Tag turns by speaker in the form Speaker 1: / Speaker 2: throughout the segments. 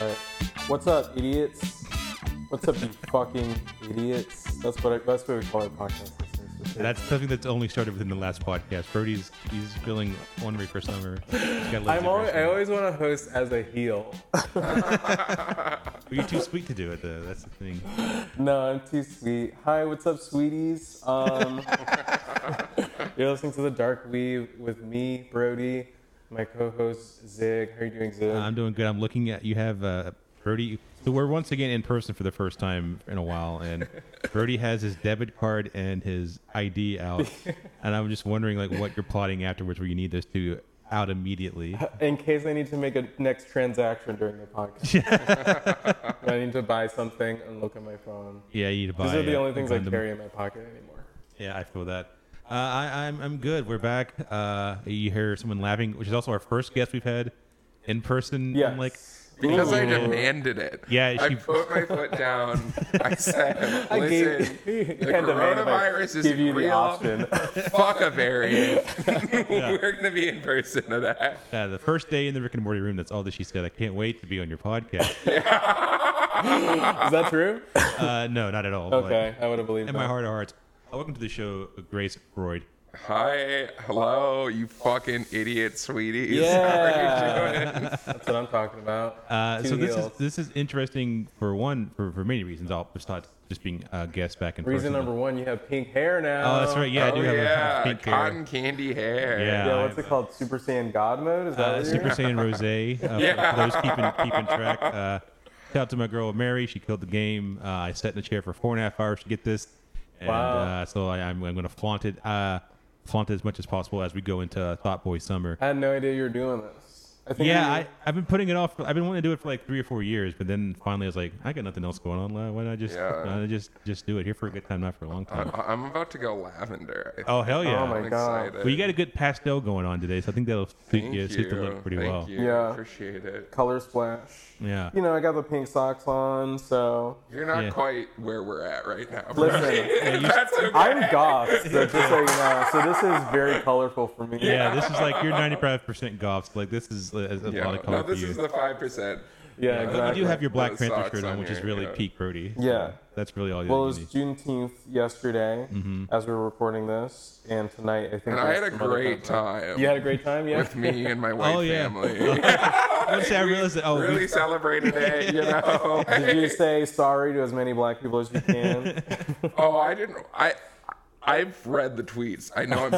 Speaker 1: All right. What's up, idiots? What's up, you fucking idiots? That's what I, that's what we call our podcast. listeners. Just-
Speaker 2: That's something that's only started within the last podcast. Brody's he's feeling ornery for summer. He's got legs
Speaker 1: I'm
Speaker 2: of
Speaker 1: always, I
Speaker 2: wrestling.
Speaker 1: always want to host as a heel.
Speaker 2: But you're too sweet to do it though. That's the thing.
Speaker 1: No, I'm too sweet. Hi, what's up, sweeties? Um, you're listening to the Dark Weave with me, Brody, my co-host Zig. How are you doing, Zig?
Speaker 2: I'm doing good. I'm looking at you have uh, Brody. So we're once again in person for the first time in a while, and Brody has his debit card and his ID out, and I'm just wondering like what you're plotting afterwards, where you need those two out immediately.
Speaker 1: In case I need to make a next transaction during the podcast, I need to buy something and look at my phone.
Speaker 2: Yeah, you need to buy.
Speaker 1: These are the
Speaker 2: uh,
Speaker 1: only things I
Speaker 2: condom.
Speaker 1: carry in my pocket anymore.
Speaker 2: Yeah, I feel that. Uh, I, I'm I'm good. We're back. Uh, you hear someone laughing, which is also our first guest we've had in person.
Speaker 1: Yeah.
Speaker 2: I'm like,
Speaker 3: Because I
Speaker 1: Ooh.
Speaker 3: demanded it.
Speaker 2: Mm-hmm. Yeah,
Speaker 3: I
Speaker 2: she-
Speaker 3: put my foot down. I said,
Speaker 1: I gave-
Speaker 3: "Listen, the
Speaker 1: and demand if I
Speaker 3: coronavirus is
Speaker 1: give you the
Speaker 3: real.
Speaker 1: option.
Speaker 3: fuck a variant. We're gonna be in person to that."
Speaker 2: uh, the first day in the Rick and Morty room. That's all that she said. I can't wait to be on your podcast.
Speaker 1: Is that true?
Speaker 2: uh, no, not at all. but-
Speaker 1: Okay, I would have believed
Speaker 2: in
Speaker 1: that.
Speaker 2: my heart of hearts. Uh, Welcome to the show, Grace Freud.
Speaker 3: Hi, hello, you fucking idiot, sweeties. How are you
Speaker 1: Yeah.
Speaker 3: doing?
Speaker 1: That's what I'm talking about.
Speaker 2: Uh,
Speaker 1: Two
Speaker 2: so this is
Speaker 1: heels.
Speaker 2: this is interesting for one for, for many reasons. I'll just start just being a guest back and
Speaker 1: Reason number one, you have pink hair now.
Speaker 2: Oh, that's right. Yeah, I
Speaker 3: oh
Speaker 2: do have
Speaker 3: yeah,
Speaker 2: a pink
Speaker 3: cotton
Speaker 2: hair.
Speaker 3: candy hair.
Speaker 2: Yeah.
Speaker 1: Yeah, what's it called? Super Saiyan God mode? Is that
Speaker 2: Uh,
Speaker 1: what
Speaker 2: Super
Speaker 1: you're
Speaker 2: Saiyan Rose. Uh,
Speaker 3: Yeah.
Speaker 2: For those keeping keeping track. Uh, shout out to my girl Mary. She killed the game. Uh, I sat in a chair for four and a half hours to get this, and
Speaker 1: Wow.
Speaker 2: uh, so I, I'm, I'm going to flaunt it. Uh, flaunt it as much as possible as we go into Thought Boy summer.
Speaker 3: Uh,
Speaker 1: I had no idea you were doing this. I think
Speaker 2: Yeah,
Speaker 1: you-
Speaker 2: I, I've been putting it off. I've been wanting to do it for like three or four years, but then finally I was like, I got nothing else going on. Why don't I just
Speaker 3: Yeah. Uh,
Speaker 2: why don't I just just do it here for a good time, not for a long time?
Speaker 3: I- I'm about to go lavender. I think.
Speaker 2: oh hell yeah!
Speaker 1: Oh, my
Speaker 3: I'm
Speaker 1: God.
Speaker 3: excited.
Speaker 2: well, you got a good pastel going on today, so I think that'll suit
Speaker 3: Thank
Speaker 2: you, suit the look pretty
Speaker 3: Thank
Speaker 2: well.
Speaker 3: You.
Speaker 1: Yeah.
Speaker 3: Appreciate it.
Speaker 1: color splash.
Speaker 2: Yeah.
Speaker 1: You know, I got the pink socks on, so
Speaker 3: You're not
Speaker 2: Yeah.
Speaker 3: quite where we're at right now.
Speaker 1: Listen,
Speaker 3: Brody.
Speaker 1: yeah,
Speaker 2: you-
Speaker 3: That's okay.
Speaker 1: I'm goth, so just so you know. So this is very colorful for me.
Speaker 2: Yeah, this is like you're 95 percent goths. Like this is a, a
Speaker 3: Yeah,
Speaker 2: lot of color
Speaker 3: no,
Speaker 2: for
Speaker 3: this
Speaker 2: you.
Speaker 3: is the five percent.
Speaker 1: Yeah,
Speaker 2: But
Speaker 1: exactly.
Speaker 2: you do have your Black
Speaker 3: Those
Speaker 2: Panther
Speaker 3: socks
Speaker 2: shirt on,
Speaker 3: on
Speaker 2: which is
Speaker 3: here,
Speaker 2: really
Speaker 3: yeah.
Speaker 2: peak Brody.
Speaker 1: Yeah.
Speaker 2: that's really all you
Speaker 1: Well, it was
Speaker 2: need.
Speaker 1: Juneteenth yesterday
Speaker 2: Mm-hmm.
Speaker 1: as we were recording this, and tonight I think.
Speaker 3: And I
Speaker 1: there's
Speaker 3: had a
Speaker 1: some other
Speaker 3: great
Speaker 1: content.
Speaker 3: time.
Speaker 1: You had a great time, yeah.
Speaker 3: with me and my white
Speaker 2: Oh, yeah.
Speaker 3: family.
Speaker 2: I would say I realized that. Oh,
Speaker 3: really
Speaker 2: we,
Speaker 3: celebrated it, you know.
Speaker 1: Did you say sorry to as many black people as you can?
Speaker 3: oh, I didn't. I I've read the tweets. I know I'm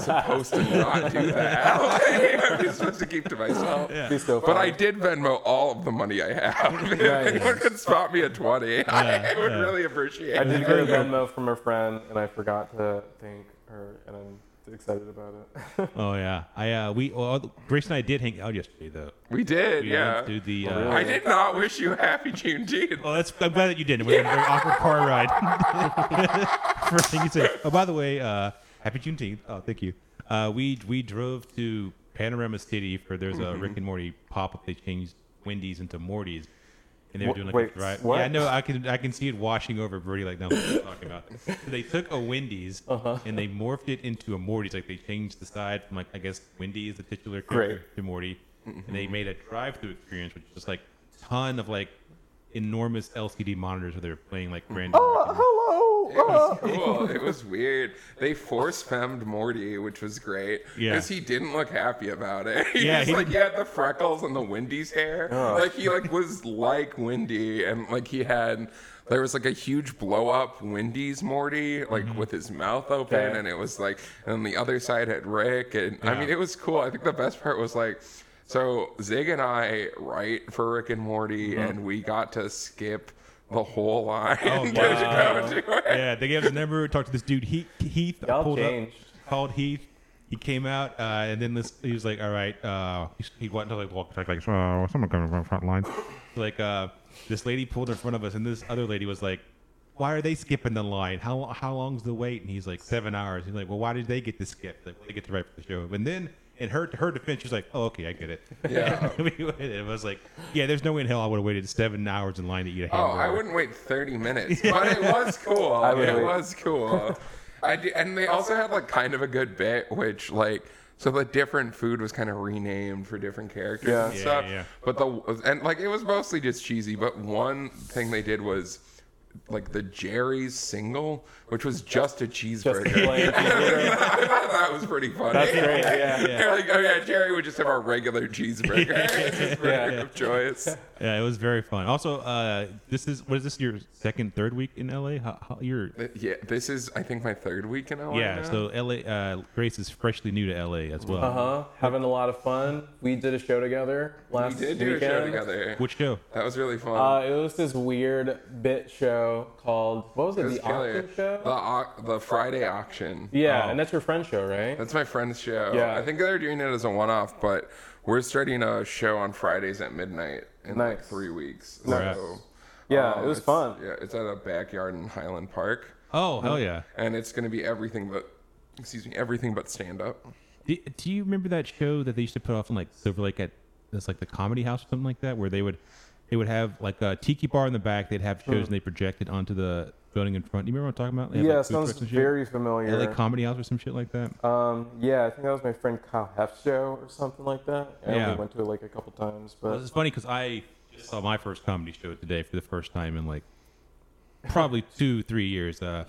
Speaker 3: supposed to not do that. I'm just supposed to keep to myself.
Speaker 2: Yeah.
Speaker 1: Be so
Speaker 3: But I
Speaker 1: funny.
Speaker 3: did Venmo all of the money I have. If
Speaker 1: Nice.
Speaker 3: anyone could spot me a twenty, I would
Speaker 2: yeah.
Speaker 3: really appreciate
Speaker 1: I
Speaker 3: it.
Speaker 1: did get a Venmo from a friend, and I forgot to thank her, and I'm excited about it.
Speaker 2: oh yeah, I uh, we well, Grace and I did hang out yesterday though.
Speaker 3: We did,
Speaker 2: We
Speaker 3: yeah.
Speaker 2: went to the.
Speaker 1: Oh,
Speaker 2: Uh,
Speaker 1: really?
Speaker 3: I did not wish you happy Juneteenth.
Speaker 2: Well, that's, I'm glad that you didn't. It was a very awkward car ride. First thing you said. Oh, by the way, uh, happy Juneteenth. Oh, thank you. Uh, we we drove to Panorama City for there's a
Speaker 1: Mm-hmm.
Speaker 2: Rick and Morty pop up. They changed Wendy's into Morty's, and they were
Speaker 1: Wh-
Speaker 2: doing like
Speaker 1: wait,
Speaker 2: a drive.
Speaker 1: what?
Speaker 2: Yeah, I know. I can I can see it washing over Brody like now. What are you talking about? So they took a Wendy's
Speaker 1: Uh-huh.
Speaker 2: and they morphed it into a Morty's. Like they changed the side from like I guess Wendy is the titular character
Speaker 1: Great.
Speaker 2: to Morty, and they made a drive-through experience, which was like a ton of like enormous LCD monitors where they were playing like random.
Speaker 1: Oh, Uh, Hello.
Speaker 3: It was cool. It was weird. They force femmed Morty, which was great.
Speaker 2: Yeah.
Speaker 3: Because he didn't look happy about it. He
Speaker 2: Yeah,
Speaker 3: just,
Speaker 2: he
Speaker 3: like he had the freckles and the Wendy's hair. Like he like was like Wendy and like he had there was like a huge blow up Wendy's Morty, like
Speaker 2: Mm-hmm.
Speaker 3: with his mouth open
Speaker 1: Okay.
Speaker 3: and it was like and the other side had Rick and I
Speaker 2: Yeah.
Speaker 3: mean it was cool. I think the best part was like so Zig and I write for Rick and Morty and we got to skip the whole line
Speaker 2: Mm-hmm. Oh,
Speaker 3: to
Speaker 2: wow.
Speaker 3: go to it.
Speaker 2: yeah, they gave us a number. Talked to this dude Heath. Heath I
Speaker 1: Y'all
Speaker 2: pulled
Speaker 1: changed.
Speaker 2: up, called Heath. He came out, uh, and then this, he was like, "All right." Uh, he, he went to like walk like, like "Uh, someone coming from the front line. like uh, this lady pulled in front of us, and this other lady was like, "Why are they skipping the line? How how long's the wait?" And he's like, seven hours." He's like, "Well, why did they get to skip? Like, they get to write for the show." And then in her her defense, she's like, "Oh, okay, I get it."
Speaker 3: Yeah.
Speaker 2: We waited. it was like, "Yeah, there's no way in hell I would have waited seven hours in line to eat a
Speaker 3: Oh,
Speaker 2: hamburger."
Speaker 3: I wouldn't wait 30 minutes, but it was cool.
Speaker 1: would
Speaker 3: it
Speaker 1: wait.
Speaker 3: was cool. I did, and they also had like kind of a good bit, which like So the different food was kind of renamed for different characters
Speaker 1: Yeah.
Speaker 3: and
Speaker 2: Yeah,
Speaker 3: stuff.
Speaker 2: yeah.
Speaker 3: But the and like it was mostly just cheesy. But one thing they did was like the Jerry's single, which was just a
Speaker 1: Just
Speaker 3: cheeseburger.
Speaker 1: plain.
Speaker 3: I thought that was pretty funny.
Speaker 1: That's great. Yeah.
Speaker 3: They're like, oh yeah, Jerry would just have our regular cheeseburger. It's his burger of choice.
Speaker 2: Yeah, it was very fun. Also, uh, this is what is this your second, third week in LA? How, how your
Speaker 3: Yeah, this is I think my third week in LA.
Speaker 2: yeah.
Speaker 3: now.
Speaker 2: So LA, uh, Grace is freshly new to LA as well.
Speaker 1: Uh huh. Having a lot of fun. We did a show together
Speaker 3: we
Speaker 1: last
Speaker 3: did do a show
Speaker 1: weekend.
Speaker 3: together.
Speaker 2: Which show?
Speaker 3: That was really fun.
Speaker 1: Uh, it was this weird bit show called what was it?
Speaker 3: It was Uh,
Speaker 1: the
Speaker 3: killer.
Speaker 1: Auction Show.
Speaker 3: The, au- the Friday auction.
Speaker 1: yeah,
Speaker 2: Oh.
Speaker 1: and that's your friend show, right?
Speaker 3: That's my friend's show.
Speaker 1: Yeah.
Speaker 3: I think they're doing it as a one off, but we're starting a show on Fridays at midnight in like
Speaker 1: Nice.
Speaker 3: three weeks.
Speaker 2: Nice.
Speaker 3: So,
Speaker 1: Yeah,
Speaker 3: uh,
Speaker 1: it was
Speaker 3: it's-
Speaker 1: fun.
Speaker 3: Yeah, it's at a backyard in Highland Park.
Speaker 2: Oh hell yeah!
Speaker 3: And it's gonna be everything but excuse me, everything but stand up.
Speaker 2: Do, do you remember that show that they used to put off in like Silver Lake at it's like the Comedy House or something like that, where they would they would have like a tiki bar in the back. They'd have shows
Speaker 1: Hmm.
Speaker 2: and they projected onto the building in front. Do you remember what I'm talking about? They had,
Speaker 1: Yeah,
Speaker 2: like, food
Speaker 1: sounds
Speaker 2: trucks and shit?
Speaker 1: very familiar.
Speaker 2: LA Comedy House or some shit like that.
Speaker 1: Um, yeah, I think that was my friend Kyle Heff's show or something like that. I
Speaker 2: Yeah.
Speaker 1: only went to it like a couple times,
Speaker 2: Well,
Speaker 1: but
Speaker 2: it's funny because I just saw my first comedy show today for the first time in like probably two, three years. Uh,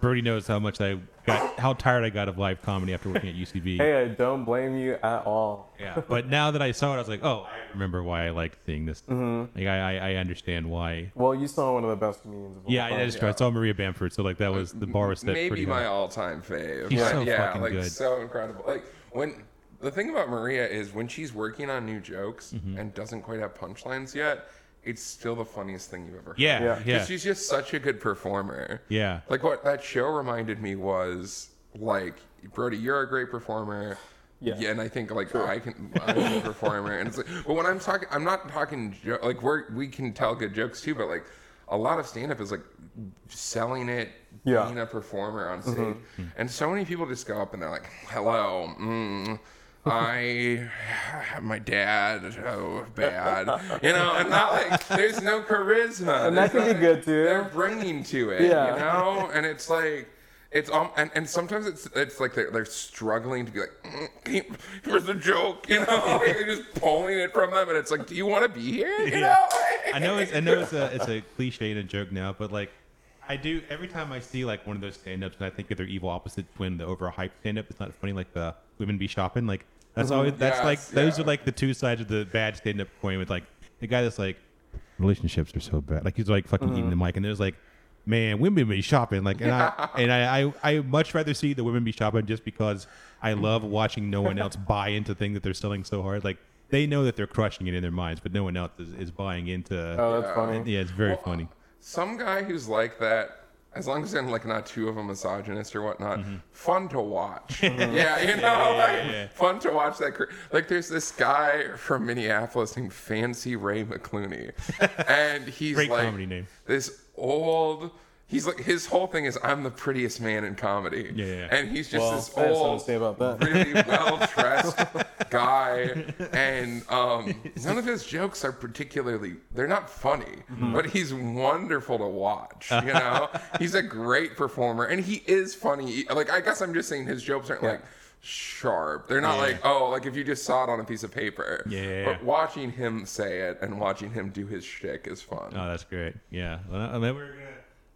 Speaker 2: Brody knows how much I got, how tired I got of live comedy after working at UCB.
Speaker 1: hey, I don't blame you at all.
Speaker 2: Yeah, but now that I saw it, I was like, oh, I remember why I liked seeing this. Like, I, I, I understand why.
Speaker 1: Well, you saw one of the best comedians of all
Speaker 2: Yeah, I,
Speaker 1: time.
Speaker 2: I just I saw Maria Bamford, so like that was the bar was set
Speaker 3: Maybe
Speaker 2: pretty
Speaker 3: my
Speaker 2: high.
Speaker 3: all-time fave.
Speaker 2: She's
Speaker 3: But
Speaker 2: so
Speaker 3: yeah,
Speaker 2: fucking
Speaker 3: like
Speaker 2: good.
Speaker 3: so incredible. Like when the thing about Maria is when she's working on new jokes
Speaker 2: Mm-hmm.
Speaker 3: and doesn't quite have punchlines yet, it's still the funniest thing you've ever heard.
Speaker 2: Yeah,
Speaker 1: Yeah.
Speaker 2: yeah,
Speaker 3: 'Cause
Speaker 2: yeah.
Speaker 3: she's just such a good performer.
Speaker 2: yeah.
Speaker 3: Like what that show reminded me was like Brody, you're a great performer.
Speaker 1: Yeah.
Speaker 3: and I think like I can I'm a performer, and it's like, but when I'm talking, I'm not talking jo- like we're we can tell good jokes too, but like a lot of stand up is like selling it,
Speaker 1: Yeah. Mm-hmm.
Speaker 3: being a performer on stage, and so many people just go up and they're like, "Hello." Mm, I, my dad, oh bad, you know, and not like there's no charisma,
Speaker 1: And that
Speaker 3: There's
Speaker 1: could be
Speaker 3: nothing-
Speaker 1: good, too.
Speaker 3: They're bringing to it,
Speaker 1: Yeah.
Speaker 3: you know? And it's like, it's um, and, and sometimes it's it's like they're, they're struggling to be like, "Mm, can you- here's the joke, you know? Like, You're just pulling it from them, and it's like, do you want to be here? You
Speaker 2: Yeah.
Speaker 3: know?
Speaker 2: I know it's I know it's a it's a cliche and a joke now, but like I do every time I see like one of those stand ups and I think of their evil opposite twin, the overhyped stand up, it's not funny like the women be shopping. Like that's always that's
Speaker 3: Yes,
Speaker 2: like those
Speaker 3: yeah.
Speaker 2: are like the two sides of the bad stand up coin with like the guy that's like relationships are so bad. Like he's like fucking eating the
Speaker 1: Uh-huh.
Speaker 2: mic and there's like Man, women be shopping like, and I and I, I I much rather see the women be shopping just because I love watching no one else buy into thing that they're selling so hard. Like they know that they're crushing it in their minds, but no one else is, is buying into.
Speaker 1: Oh, that's funny.
Speaker 2: Yeah, it's very funny.
Speaker 3: Some guy who's like that, as long as they're like not too of a misogynist or whatnot,
Speaker 2: Mm-hmm.
Speaker 3: fun to watch. yeah, you know, like, fun to watch that. cr- Like, there's this guy from Minneapolis named Fancy Ray McClooney, and he's
Speaker 2: Great
Speaker 3: like
Speaker 2: comedy name.
Speaker 3: this old. He's like his whole thing is I'm the prettiest man in comedy.
Speaker 2: Yeah, yeah.
Speaker 3: and he's just
Speaker 1: Well,
Speaker 3: this
Speaker 1: I have something
Speaker 3: old
Speaker 1: to say about that.
Speaker 3: really well dressed guy, and um, none of his jokes are particularly. They're not funny, but he's wonderful to watch. You know, he's a great performer, and he is funny. Like I guess I'm just saying his jokes aren't like sharp. They're not like oh, like if you just saw it on a piece of paper.
Speaker 2: Yeah.
Speaker 3: But watching him say it and watching him do his shtick is fun.
Speaker 2: Oh, that's great. Yeah, Well, I- I mean, we're gonna-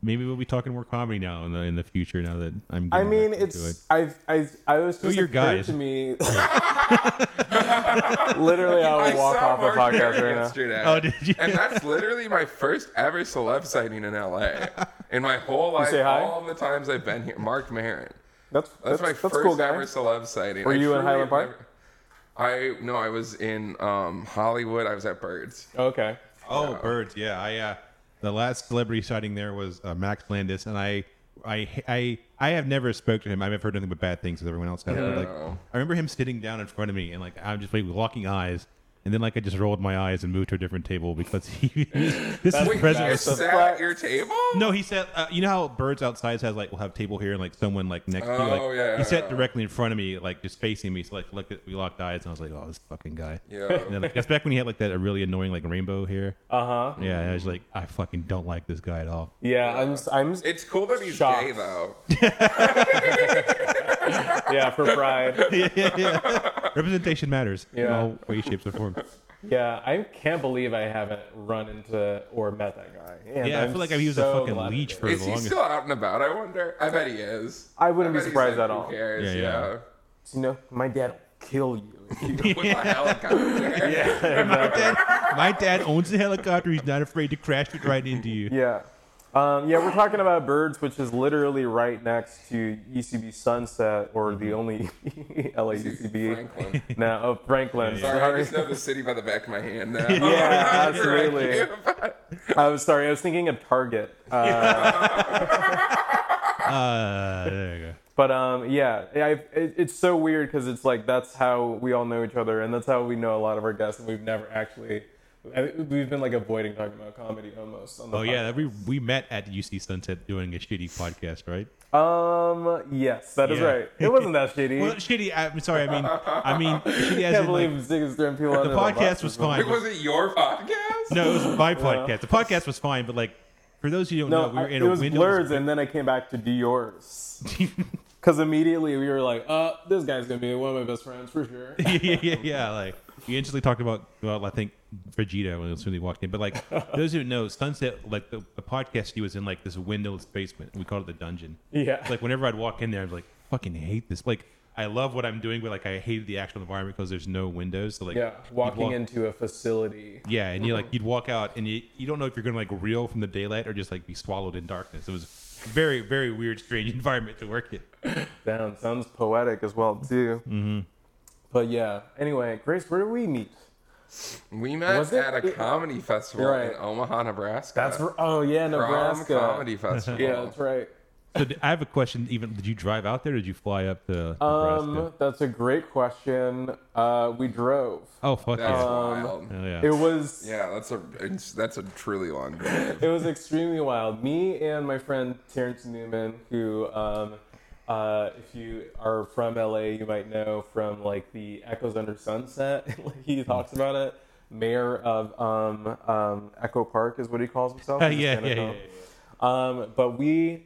Speaker 2: maybe we'll be talking more comedy now in the in the future. Now that I'm,
Speaker 1: I
Speaker 2: getting
Speaker 1: mean,
Speaker 2: back into
Speaker 1: it's I've I I was just
Speaker 2: your
Speaker 1: occurred
Speaker 2: guys?
Speaker 1: to me. Literally, I
Speaker 3: I
Speaker 1: would walk
Speaker 3: saw
Speaker 1: off
Speaker 3: Mark
Speaker 1: a podcast
Speaker 3: Maron
Speaker 1: right now.
Speaker 3: yesterday.
Speaker 2: Oh, did you?
Speaker 3: And that's literally my first ever celeb sighting in LA. In my whole life,
Speaker 1: say hi?
Speaker 3: all the times I've been here, Mark Maron.
Speaker 1: That's
Speaker 3: That's,
Speaker 1: that's,
Speaker 3: my
Speaker 1: that's
Speaker 3: first
Speaker 1: cool,
Speaker 3: ever
Speaker 1: guys.
Speaker 3: celeb sighting.
Speaker 1: Were
Speaker 3: I
Speaker 1: you in
Speaker 3: truly
Speaker 1: Highland
Speaker 3: have
Speaker 1: Park?
Speaker 3: never- I no, I was in um, Hollywood. I was at Birds.
Speaker 1: Okay.
Speaker 2: Oh, birds. Yeah, I uh, the last celebrity sighting there was uh, Max Landis, and I, I, I, I have never spoke to him. I've heard nothing but bad things as everyone else has. But, like,
Speaker 3: Yeah.
Speaker 2: I remember him sitting down in front of me, and like I'm just like locking eyes. And then, like, I just rolled my eyes and moved to a different table because he. this is
Speaker 3: Wait,
Speaker 2: present.
Speaker 3: you
Speaker 2: was so-
Speaker 3: sat at your table?
Speaker 2: No, he said. Uh, you know how birds outside has like will have table here and like someone like next to you. Like,
Speaker 3: Oh, yeah.
Speaker 2: He sat directly in front of me, like just facing me. So like looked at we locked eyes and I was like, oh, this fucking guy.
Speaker 3: Yeah.
Speaker 2: And then, like, that's back when he had like that really annoying like rainbow hair.
Speaker 1: Uh huh.
Speaker 2: yeah. And I was like, I fucking don't like this guy at all.
Speaker 1: Yeah, I'm. s- I'm. s-
Speaker 3: It's cool that he's
Speaker 1: Shocked.
Speaker 3: gay though.
Speaker 1: yeah, for pride.
Speaker 2: yeah, yeah, yeah. Representation matters in
Speaker 1: Yeah.
Speaker 2: all ways, shapes, or forms.
Speaker 1: Yeah, I can't believe I haven't run into or met that guy. And
Speaker 2: Yeah, i
Speaker 1: I'm
Speaker 2: feel like he was
Speaker 1: so
Speaker 2: a fucking
Speaker 1: glad I
Speaker 2: leech
Speaker 1: did.
Speaker 2: for
Speaker 3: Is
Speaker 2: the
Speaker 3: he
Speaker 2: longest.
Speaker 3: still out and about? I wonder. I bet he is.
Speaker 1: I wouldn't be
Speaker 3: bet he's
Speaker 1: surprised
Speaker 3: like,
Speaker 1: at
Speaker 3: who
Speaker 1: all.
Speaker 3: Cares?
Speaker 2: Yeah,
Speaker 3: Yeah,
Speaker 2: yeah.
Speaker 1: You know, my dad will kill you. if you-
Speaker 3: With the helicopter.
Speaker 2: my, dad, my dad owns a helicopter. He's not afraid to crash it right into you.
Speaker 1: yeah. Um, yeah, we're talking about birds, which is literally right next to UCB Sunset or
Speaker 2: Mm-hmm.
Speaker 1: the only LA UCB.
Speaker 3: Franklin.
Speaker 1: No, oh, Franklin.
Speaker 3: Sorry, I
Speaker 1: Sorry.
Speaker 3: just know the city by the back of my hand now.
Speaker 1: Yeah, absolutely.
Speaker 3: Right.
Speaker 1: I was sorry. I was thinking of Target. Uh,
Speaker 2: Uh, there you go.
Speaker 1: But um, yeah, I, it, it's so weird because it's like that's how we all know each other, and that's how we know a lot of our guests, and we've never actually, I, we've been like avoiding talking about comedy almost. On the
Speaker 2: Oh yeah, that we we met at UC Sunset doing a shitty podcast, right?
Speaker 1: podcast. Um. Yes, that is
Speaker 2: Yeah.
Speaker 1: right. It wasn't that shitty.
Speaker 2: Well, shitty. I'm sorry. I mean, I mean, shitty
Speaker 1: I
Speaker 2: as
Speaker 1: can't
Speaker 2: in, like,
Speaker 1: believe Zig is throwing people
Speaker 2: the
Speaker 1: under
Speaker 2: podcast
Speaker 1: bus.
Speaker 2: was fine.
Speaker 3: It wasn't your podcast?
Speaker 2: No, it was my podcast. The podcast was fine, but like for those who don't
Speaker 1: No,
Speaker 2: know, we were
Speaker 1: I-
Speaker 2: in
Speaker 1: it
Speaker 2: a
Speaker 1: was
Speaker 2: window.
Speaker 1: blurs, and then I came back to do yours because immediately we were like, "Uh, this guy's gonna be one of my best friends for sure."
Speaker 2: yeah, yeah, yeah, yeah. Like we instantly talked about. Well, I think Vegeta when as soon as he walked in. But like those who don't know, Sunset, like the, the podcast, he was in like this windowless basement. We called it the dungeon.
Speaker 1: Yeah.
Speaker 2: Like whenever I'd walk in there, I'd be like, fucking hate this. Like I love what I'm doing, but like I hated the actual environment because there's no windows. So like
Speaker 1: yeah,
Speaker 2: you'd
Speaker 1: walking Mm-hmm.
Speaker 2: walk-
Speaker 1: into a facility.
Speaker 2: Yeah, and you like you'd walk out and you you don't know if you're gonna like reel from the daylight or just like be swallowed in darkness. It was very very weird, strange environment to work in.
Speaker 1: Down sounds poetic as well too. Mm-hmm. But yeah. Anyway, Grace, where do we meet?
Speaker 3: We met
Speaker 1: Was it?
Speaker 3: at a comedy festival
Speaker 1: You're right.
Speaker 3: in Omaha, Nebraska.
Speaker 1: That's r- oh yeah,
Speaker 3: Prom
Speaker 1: Nebraska.
Speaker 3: Comedy Festival.
Speaker 1: Yeah, that's right.
Speaker 2: So d- I have a question. Even did you drive out there? or Did you fly up to
Speaker 1: Um,
Speaker 2: Nebraska?
Speaker 1: that's a great question. Uh, we drove.
Speaker 2: Oh fuck
Speaker 3: That's
Speaker 2: yeah! Hell
Speaker 3: wild.
Speaker 2: Oh, yeah.
Speaker 1: It was
Speaker 3: Yeah, that's a it's, that's a truly long drive.
Speaker 1: it was extremely wild. Me and my friend Terrence Newman, who um, uh, if you are from LA, you might know from like the Echoes Under Sunset. like, he talks about it. Mayor of um, um, Echo Park is what he calls himself.
Speaker 2: yeah,
Speaker 1: He's a
Speaker 2: Uh, yeah,
Speaker 1: stand-up
Speaker 2: yeah, yeah,
Speaker 1: comic. Um, but we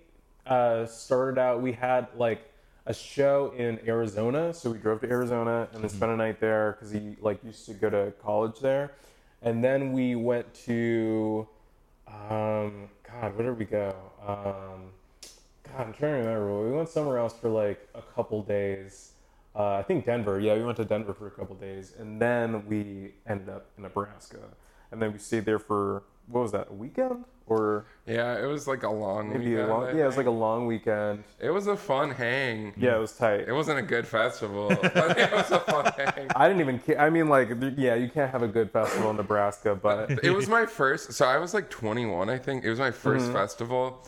Speaker 1: uh, started out, we had like a show in Arizona. So we drove to Arizona and then spent a night there because he like used to go to college there. And then we went to, um, God, where did we go? Um, God, I'm trying to remember. We went somewhere else for like a couple days. Uh, I think Denver. Yeah, we went to Denver for a couple days, and then we ended up in Nebraska, and then we stayed there for what was that? A weekend or
Speaker 3: Yeah, it was like a long
Speaker 1: maybe
Speaker 3: weekend,
Speaker 1: a long?
Speaker 3: I
Speaker 1: Yeah, it was
Speaker 3: think.
Speaker 1: like a long weekend.
Speaker 3: it was a fun hang.
Speaker 1: Yeah, it was tight.
Speaker 3: It wasn't a good festival, but it was a fun hang.
Speaker 1: I didn't even. Care. I mean, like, th- yeah, you can't have a good festival in Nebraska, but
Speaker 3: it was my first so i was like 21 i think it was my 1st festival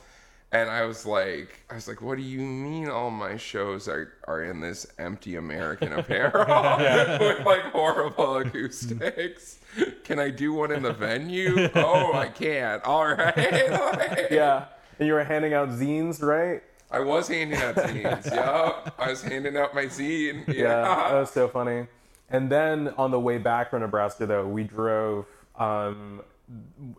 Speaker 3: and i was like i was like what do you mean all my shows are are in this empty american apparel with like horrible acoustics can i do one in the venue oh i can't all right Like,
Speaker 1: yeah. And you were handing out zines, right?
Speaker 3: i was handing out zines yeah i was handing out my zine yeah,
Speaker 1: Yeah, that was so funny. And then on the way back from Nebraska, though, we drove um,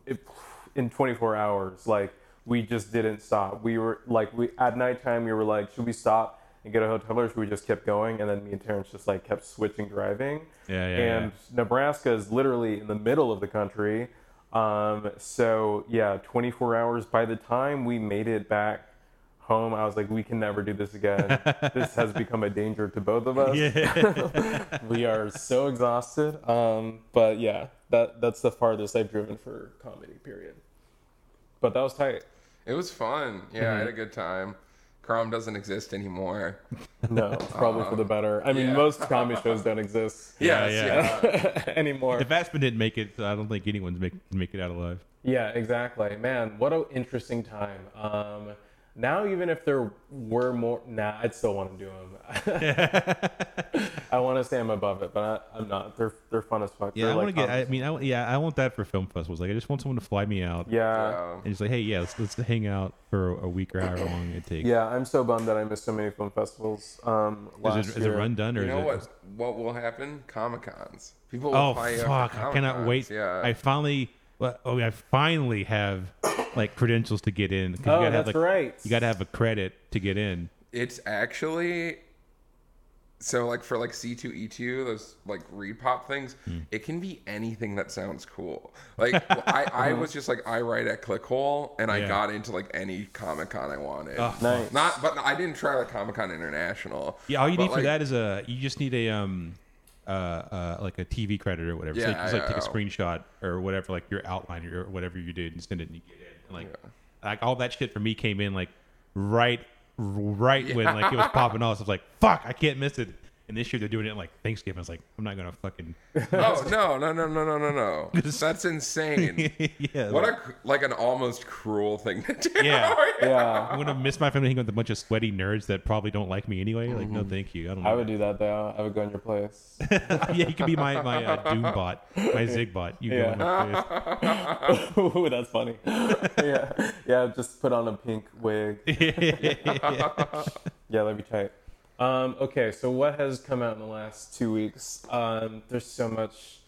Speaker 1: it- in 24 hours. Like we just didn't stop. We were like, we at nighttime, we were like, should we stop and get a hotel, or should we just keep going? And then me and Terrence just like kept switching driving.
Speaker 2: Yeah, yeah,
Speaker 1: And Nebraska is literally in the middle of the country. Um, so yeah, 24 hours. By the time we made it back home, I was like, we can never do this again. this has become a danger to both of us. we are so exhausted. Um, but yeah, that that's the farthest I've driven for comedy. Period. But that was tight.
Speaker 3: it was fun yeah i had a good time crom doesn't exist anymore
Speaker 1: No, it's probably for the better. I mean,
Speaker 3: yeah.
Speaker 1: most comedy shows don't exist
Speaker 3: yes,
Speaker 2: yeah.
Speaker 3: yeah.
Speaker 1: anymore.
Speaker 2: If Aspen didn't make it, I don't think anyone's make make it out alive.
Speaker 1: Yeah, exactly. Man, what an interesting time. Um, now, even if there were more, nah, I'd still want to do them. I want to say I'm above it, but I, I'm not. They're they're fun as fuck.
Speaker 2: Yeah,
Speaker 1: They're
Speaker 2: I want
Speaker 1: like
Speaker 2: to get. I
Speaker 1: concerts.
Speaker 2: mean, I, want- yeah, I want that for film festivals. Like, I just want someone to fly me out.
Speaker 1: yeah,
Speaker 3: So,
Speaker 2: And just like, hey, yeah, let's, let's hang out for a week or however long it takes.
Speaker 1: yeah. I'm so bummed that I missed so many film festivals. Um, last
Speaker 2: Is it, is it
Speaker 1: year.
Speaker 2: run done or
Speaker 3: You
Speaker 2: is
Speaker 3: know
Speaker 2: it?
Speaker 3: what? What will happen? Comic cons. People. Will
Speaker 2: Oh
Speaker 3: fly you
Speaker 2: fuck! I cannot wait.
Speaker 3: Yeah.
Speaker 2: I finally. Well, oh, I finally have like credentials to get in. 'cause you
Speaker 1: Oh,
Speaker 2: gotta have,
Speaker 1: that's
Speaker 2: like,
Speaker 1: right.
Speaker 2: You got to have a credit to get in.
Speaker 3: it's actually so like for like C2E2, those like read pop things,
Speaker 2: Hmm.
Speaker 3: it can be anything that sounds cool. Like I, I was just like I write at Clickhole and I
Speaker 2: Uh-huh. Yeah.
Speaker 3: got into like any Comic Con I wanted.
Speaker 1: Nice.
Speaker 3: Not but I didn't try like Comic Con International.
Speaker 2: Yeah, all you
Speaker 3: but,
Speaker 2: need for
Speaker 3: like,
Speaker 2: that is a. You just need a um, uh, uh like a TV credit or whatever. so
Speaker 3: Yeah,
Speaker 2: you just like take a
Speaker 3: yeah.
Speaker 2: screenshot or whatever, like your outline or whatever you did, and send it, and you get it. And like, like all that shit for me came in like right, right when like it was popping off. So I was like, fuck, I can't miss it. And this year they're doing it like Thanksgiving. I was like, I'm not gonna fucking.
Speaker 3: Oh no no no no no no no! That's insane.
Speaker 2: yeah.
Speaker 3: What
Speaker 2: like,
Speaker 3: a cr- like an almost cruel thing to do.
Speaker 2: Yeah.
Speaker 1: Yeah.
Speaker 2: I'm gonna miss my family hanging with a bunch of sweaty nerds that probably don't like me anyway. Like,
Speaker 3: Mm-hmm.
Speaker 2: no, thank you. I don't. Know.
Speaker 1: I would do that though. I would go in your place.
Speaker 2: yeah, you could be my my uh, Doom bot, my Zig bot. You go
Speaker 1: Yeah.
Speaker 2: in my place.
Speaker 1: Ooh, that's funny. yeah. Yeah, just put on a pink wig. yeah, that'd be tight. Um, okay, so what has come out in the last two weeks? Um, there's so much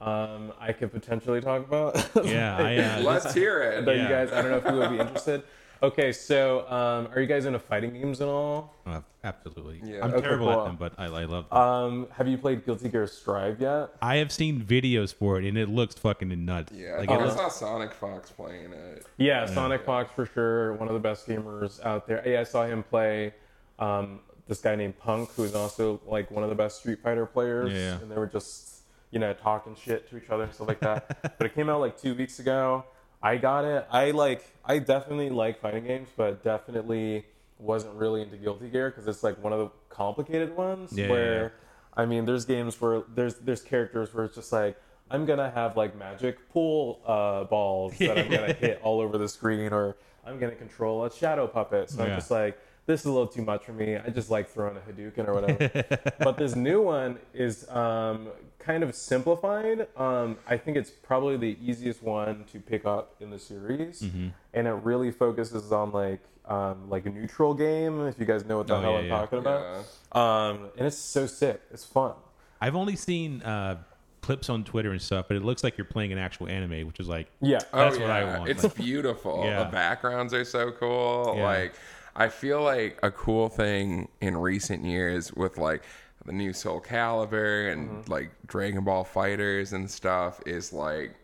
Speaker 1: um, I could potentially talk about.
Speaker 2: Yeah, I, uh,
Speaker 3: Let's hear it.
Speaker 1: but
Speaker 2: Yeah.
Speaker 1: you guys, I don't know if you would be interested. Okay, so um, are you guys into fighting games at all?
Speaker 2: Uh, absolutely.
Speaker 3: Yeah.
Speaker 2: I'm
Speaker 3: Okay,
Speaker 2: terrible
Speaker 1: cool.
Speaker 2: at them, but I, I love them.
Speaker 1: Um, have you played Guilty Gear Strive yet?
Speaker 2: I have seen videos for it, and it looks fucking nuts.
Speaker 3: Yeah,
Speaker 2: Like,
Speaker 3: I
Speaker 2: it
Speaker 3: that's
Speaker 1: Uh-huh.
Speaker 2: looks-
Speaker 3: not Sonic Fox playing it.
Speaker 1: Yeah, Sonic Fox for sure, one of the best gamers out there. Yeah, I saw him play um, this guy named Punk, who's also like one of the best Street Fighter players.
Speaker 2: Yeah, yeah.
Speaker 1: And they were just, you know, talking shit to each other and stuff like that. but it came out like two weeks ago. I got it. I like, I definitely like fighting games, but definitely wasn't really into Guilty Gear because it's like one of the complicated ones
Speaker 2: Yeah, yeah,
Speaker 1: where.
Speaker 2: yeah.
Speaker 1: I mean, there's games where there's there's characters where it's just like I'm gonna have like magic pool uh, balls that I'm gonna hit all over the screen, or I'm gonna control a shadow puppet. So
Speaker 2: Yeah.
Speaker 1: I'm just like, this is a little too much for me. I just like throwing a Hadouken or whatever. but this new one is um, kind of simplified. Um, I think it's probably the easiest one to pick up in the series,
Speaker 2: Mm-hmm.
Speaker 1: and it really focuses on like um, like a neutral game. If you guys know what the
Speaker 2: Oh,
Speaker 1: hell
Speaker 2: yeah,
Speaker 1: I'm
Speaker 2: yeah.
Speaker 1: talking about. Um, and it's so sick. It's fun.
Speaker 2: I've only seen uh, clips on Twitter and stuff, but it looks like you're playing an actual anime, which is like,
Speaker 1: Yeah.
Speaker 2: That's what I want,
Speaker 3: Oh, It's
Speaker 2: like-
Speaker 3: beautiful.
Speaker 2: Yeah.
Speaker 3: The backgrounds are so cool.
Speaker 2: Yeah.
Speaker 3: Like I feel like a cool thing in recent years with like the new Soul Calibur and
Speaker 2: Mm-hmm.
Speaker 3: like Dragon Ball Fighters and stuff is like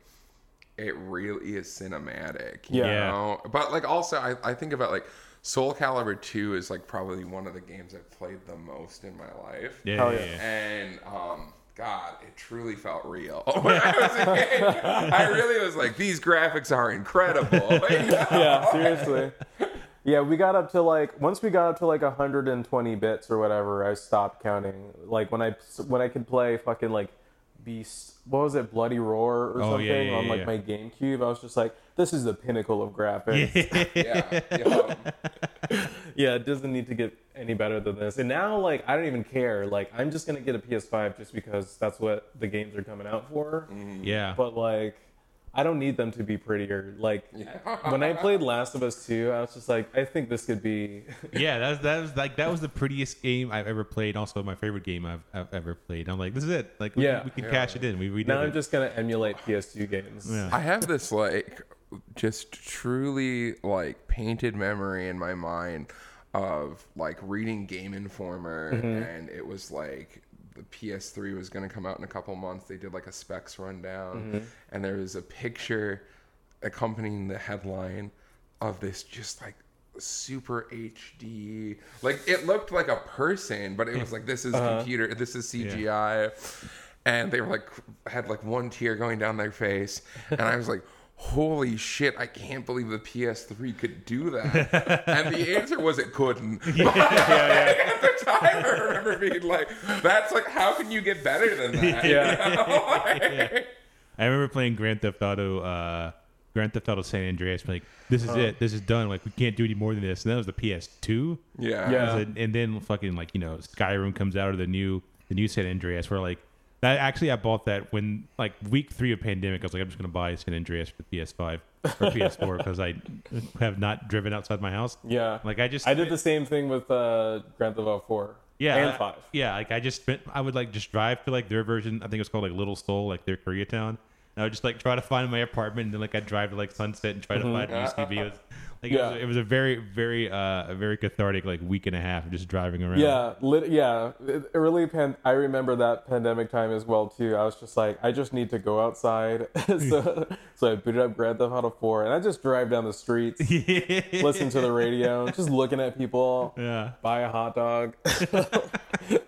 Speaker 3: it really is cinematic. You
Speaker 1: Yeah.
Speaker 2: Yeah.
Speaker 3: know? But like also I, I think about like Soul Calibur 2 is like probably one of the games I've played the most in my life.
Speaker 2: yeah,
Speaker 1: Hell
Speaker 2: yeah,
Speaker 1: yeah.
Speaker 2: yeah.
Speaker 3: And um, God, it truly felt real. When I was a kid, I really was like, these graphics are incredible.
Speaker 1: yeah, seriously. Yeah, we got up to like once we got up to like 120 bits or whatever, I stopped counting. Like when I when I could play fucking like Beast, what was it, Bloody Roar or
Speaker 2: Oh, yeah,
Speaker 1: something
Speaker 2: yeah,
Speaker 1: on
Speaker 2: yeah,
Speaker 1: like
Speaker 2: yeah.
Speaker 1: my GameCube, I was just like, this is the pinnacle of graphics. Yeah.
Speaker 3: yeah, yeah.
Speaker 1: it doesn't need to get any better than this. And now like I don't even care. Like I'm just gonna get a PS5 just because that's what the games are coming out for.
Speaker 2: yeah.
Speaker 1: But like I don't need them to be prettier. Like when I played Last of Us 2, I was just like, I think this could be
Speaker 2: yeah, that was, that was like that was the prettiest game I've ever played. Also, my favorite game I've, I've ever played. I'm like, this is it. Like, we,
Speaker 1: Yeah.
Speaker 2: we can cash it in. We, we did
Speaker 1: Now
Speaker 2: it.
Speaker 1: I'm just gonna emulate PS2 games.
Speaker 2: Yeah.
Speaker 3: I have this like just truly like painted memory in my mind of like reading Game Informer, and it was like the PS3 was going to come out in a couple months. They did like a specs rundown, and there was a picture accompanying the headline of this just like super HD. Like it looked like a person, but it was like this is computer, this is CGI. And they were like had like one tear going down their face, and I was like, "Holy shit! I can't believe the PS3 could do that." and the answer was it couldn't. At the time, I remember being like, "That's like how can you get better than that?"
Speaker 1: Yeah.
Speaker 3: You know? Like-
Speaker 2: I remember playing Grand Theft Auto, uh, Grand Theft Auto San Andreas. Like, this
Speaker 1: Uh-huh.
Speaker 2: is it. This is done. Like, we can't do any more than this. And that was the PS2.
Speaker 3: yeah.
Speaker 1: Yeah.
Speaker 2: As in- and then fucking like you know Skyrim comes out of the new the new San Andreas where like that actually I bought that when like week three of pandemic I was like I'm just gonna buy San Andreas for PS5 or PS4 because I have not driven outside my house.
Speaker 1: Yeah.
Speaker 2: Like I just
Speaker 1: I did the same thing with uh, Grand Theft Auto 4.
Speaker 2: yeah
Speaker 1: And
Speaker 2: I-
Speaker 1: 5.
Speaker 2: yeah like I just spent I would like just drive to like their version I think it was called like Little Seoul like their Koreatown and I would just like try to find my apartment and then like I'd drive to like Sunset and try to find UCB. It was, Like it,
Speaker 1: Mm-hmm. Yeah.
Speaker 2: was, it was a very, very, uh, a very cathartic like week and a half of just driving around.
Speaker 1: Yeah, lit, yeah. It- Early pan, I remember that pandemic time as well too. I was just like, I just need to go outside, so so I booted up Grand Theft Auto 4, and I just drive down the streets, listen to the radio, just looking at people,
Speaker 2: Yeah.
Speaker 1: buy a hot dog.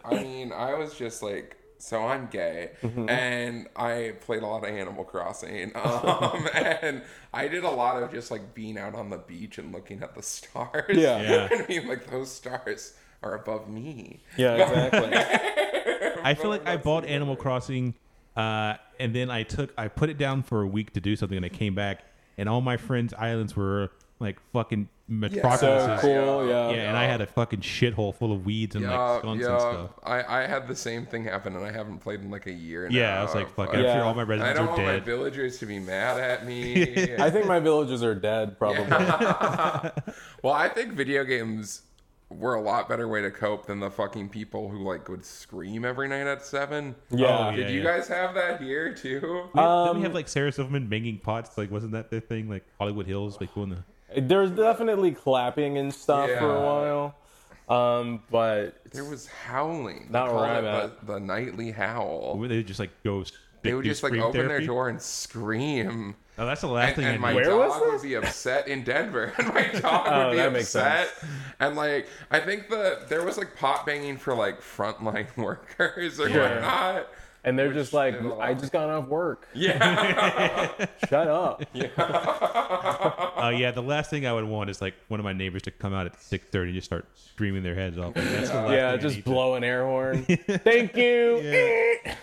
Speaker 3: I mean, I was just like, so I'm gay,
Speaker 1: Mm-hmm.
Speaker 3: and I played a lot of Animal Crossing, um, and I did a lot of just like being out on the beach and looking at the stars.
Speaker 1: Yeah.
Speaker 2: Yeah.
Speaker 3: and being like, those stars are above me.
Speaker 1: yeah, exactly.
Speaker 2: I
Speaker 3: Oh,
Speaker 2: feel like I bought Animal Crossing, uh, and then I took I put it down for a week to do something, and I came back, and all my friends' islands were like fucking metropolises.
Speaker 1: So cool. Yeah.
Speaker 2: yeah, and I had a fucking shithole full of weeds and like
Speaker 3: Yeah,
Speaker 2: skunks
Speaker 3: yeah.
Speaker 2: and stuff.
Speaker 3: I, I had the same thing happen, and I haven't played in like a year.
Speaker 2: Yeah,
Speaker 3: now.
Speaker 2: I was like, fuck,
Speaker 3: But
Speaker 2: I'm
Speaker 1: Yeah.
Speaker 2: sure all my
Speaker 3: I
Speaker 2: residents
Speaker 3: don't
Speaker 2: are
Speaker 3: want my
Speaker 2: dead.
Speaker 3: villagers to be mad at me.
Speaker 1: I think my villages are dead, probably.
Speaker 3: Well, I think video games were a lot better way to cope than the fucking people who like would scream every night at seven. Oh,
Speaker 1: Yeah.
Speaker 3: Did you guys Um, have that here too?
Speaker 2: Oh, We, didn't we have like Sarah Silverman banging pots? Like, wasn't that their thing? Like Hollywood Hills, like doing the
Speaker 1: There's definitely clapping and stuff for a
Speaker 3: Yeah.
Speaker 1: while, um, but
Speaker 3: There was howling. They
Speaker 1: Not where
Speaker 3: called
Speaker 1: I'm
Speaker 3: it The, the nightly howl.
Speaker 2: where they just like go.
Speaker 3: They would
Speaker 2: do
Speaker 3: just like
Speaker 2: scream
Speaker 3: open their
Speaker 2: therapy?
Speaker 3: door and scream.
Speaker 2: Oh, that's the last
Speaker 3: and,
Speaker 2: thing
Speaker 3: and
Speaker 2: I
Speaker 3: my
Speaker 2: did.
Speaker 1: Where was
Speaker 3: dog would be upset in Denver, and my dog
Speaker 1: Oh,
Speaker 3: would be
Speaker 1: that makes
Speaker 3: upset. And like, I think the there was like pot banging for like frontline workers or
Speaker 1: Yeah.
Speaker 3: whatnot.
Speaker 1: and they're just like,
Speaker 3: did a lot.
Speaker 1: I just got off work.
Speaker 3: Yeah,
Speaker 1: Shut up.
Speaker 2: Oh yeah, the last thing I would want is like one of my neighbors to come out at six thirty and just start screaming their heads off. Like, that's the last
Speaker 1: Yeah,
Speaker 2: thing I
Speaker 1: just
Speaker 2: need
Speaker 1: blow an air horn. Thank you.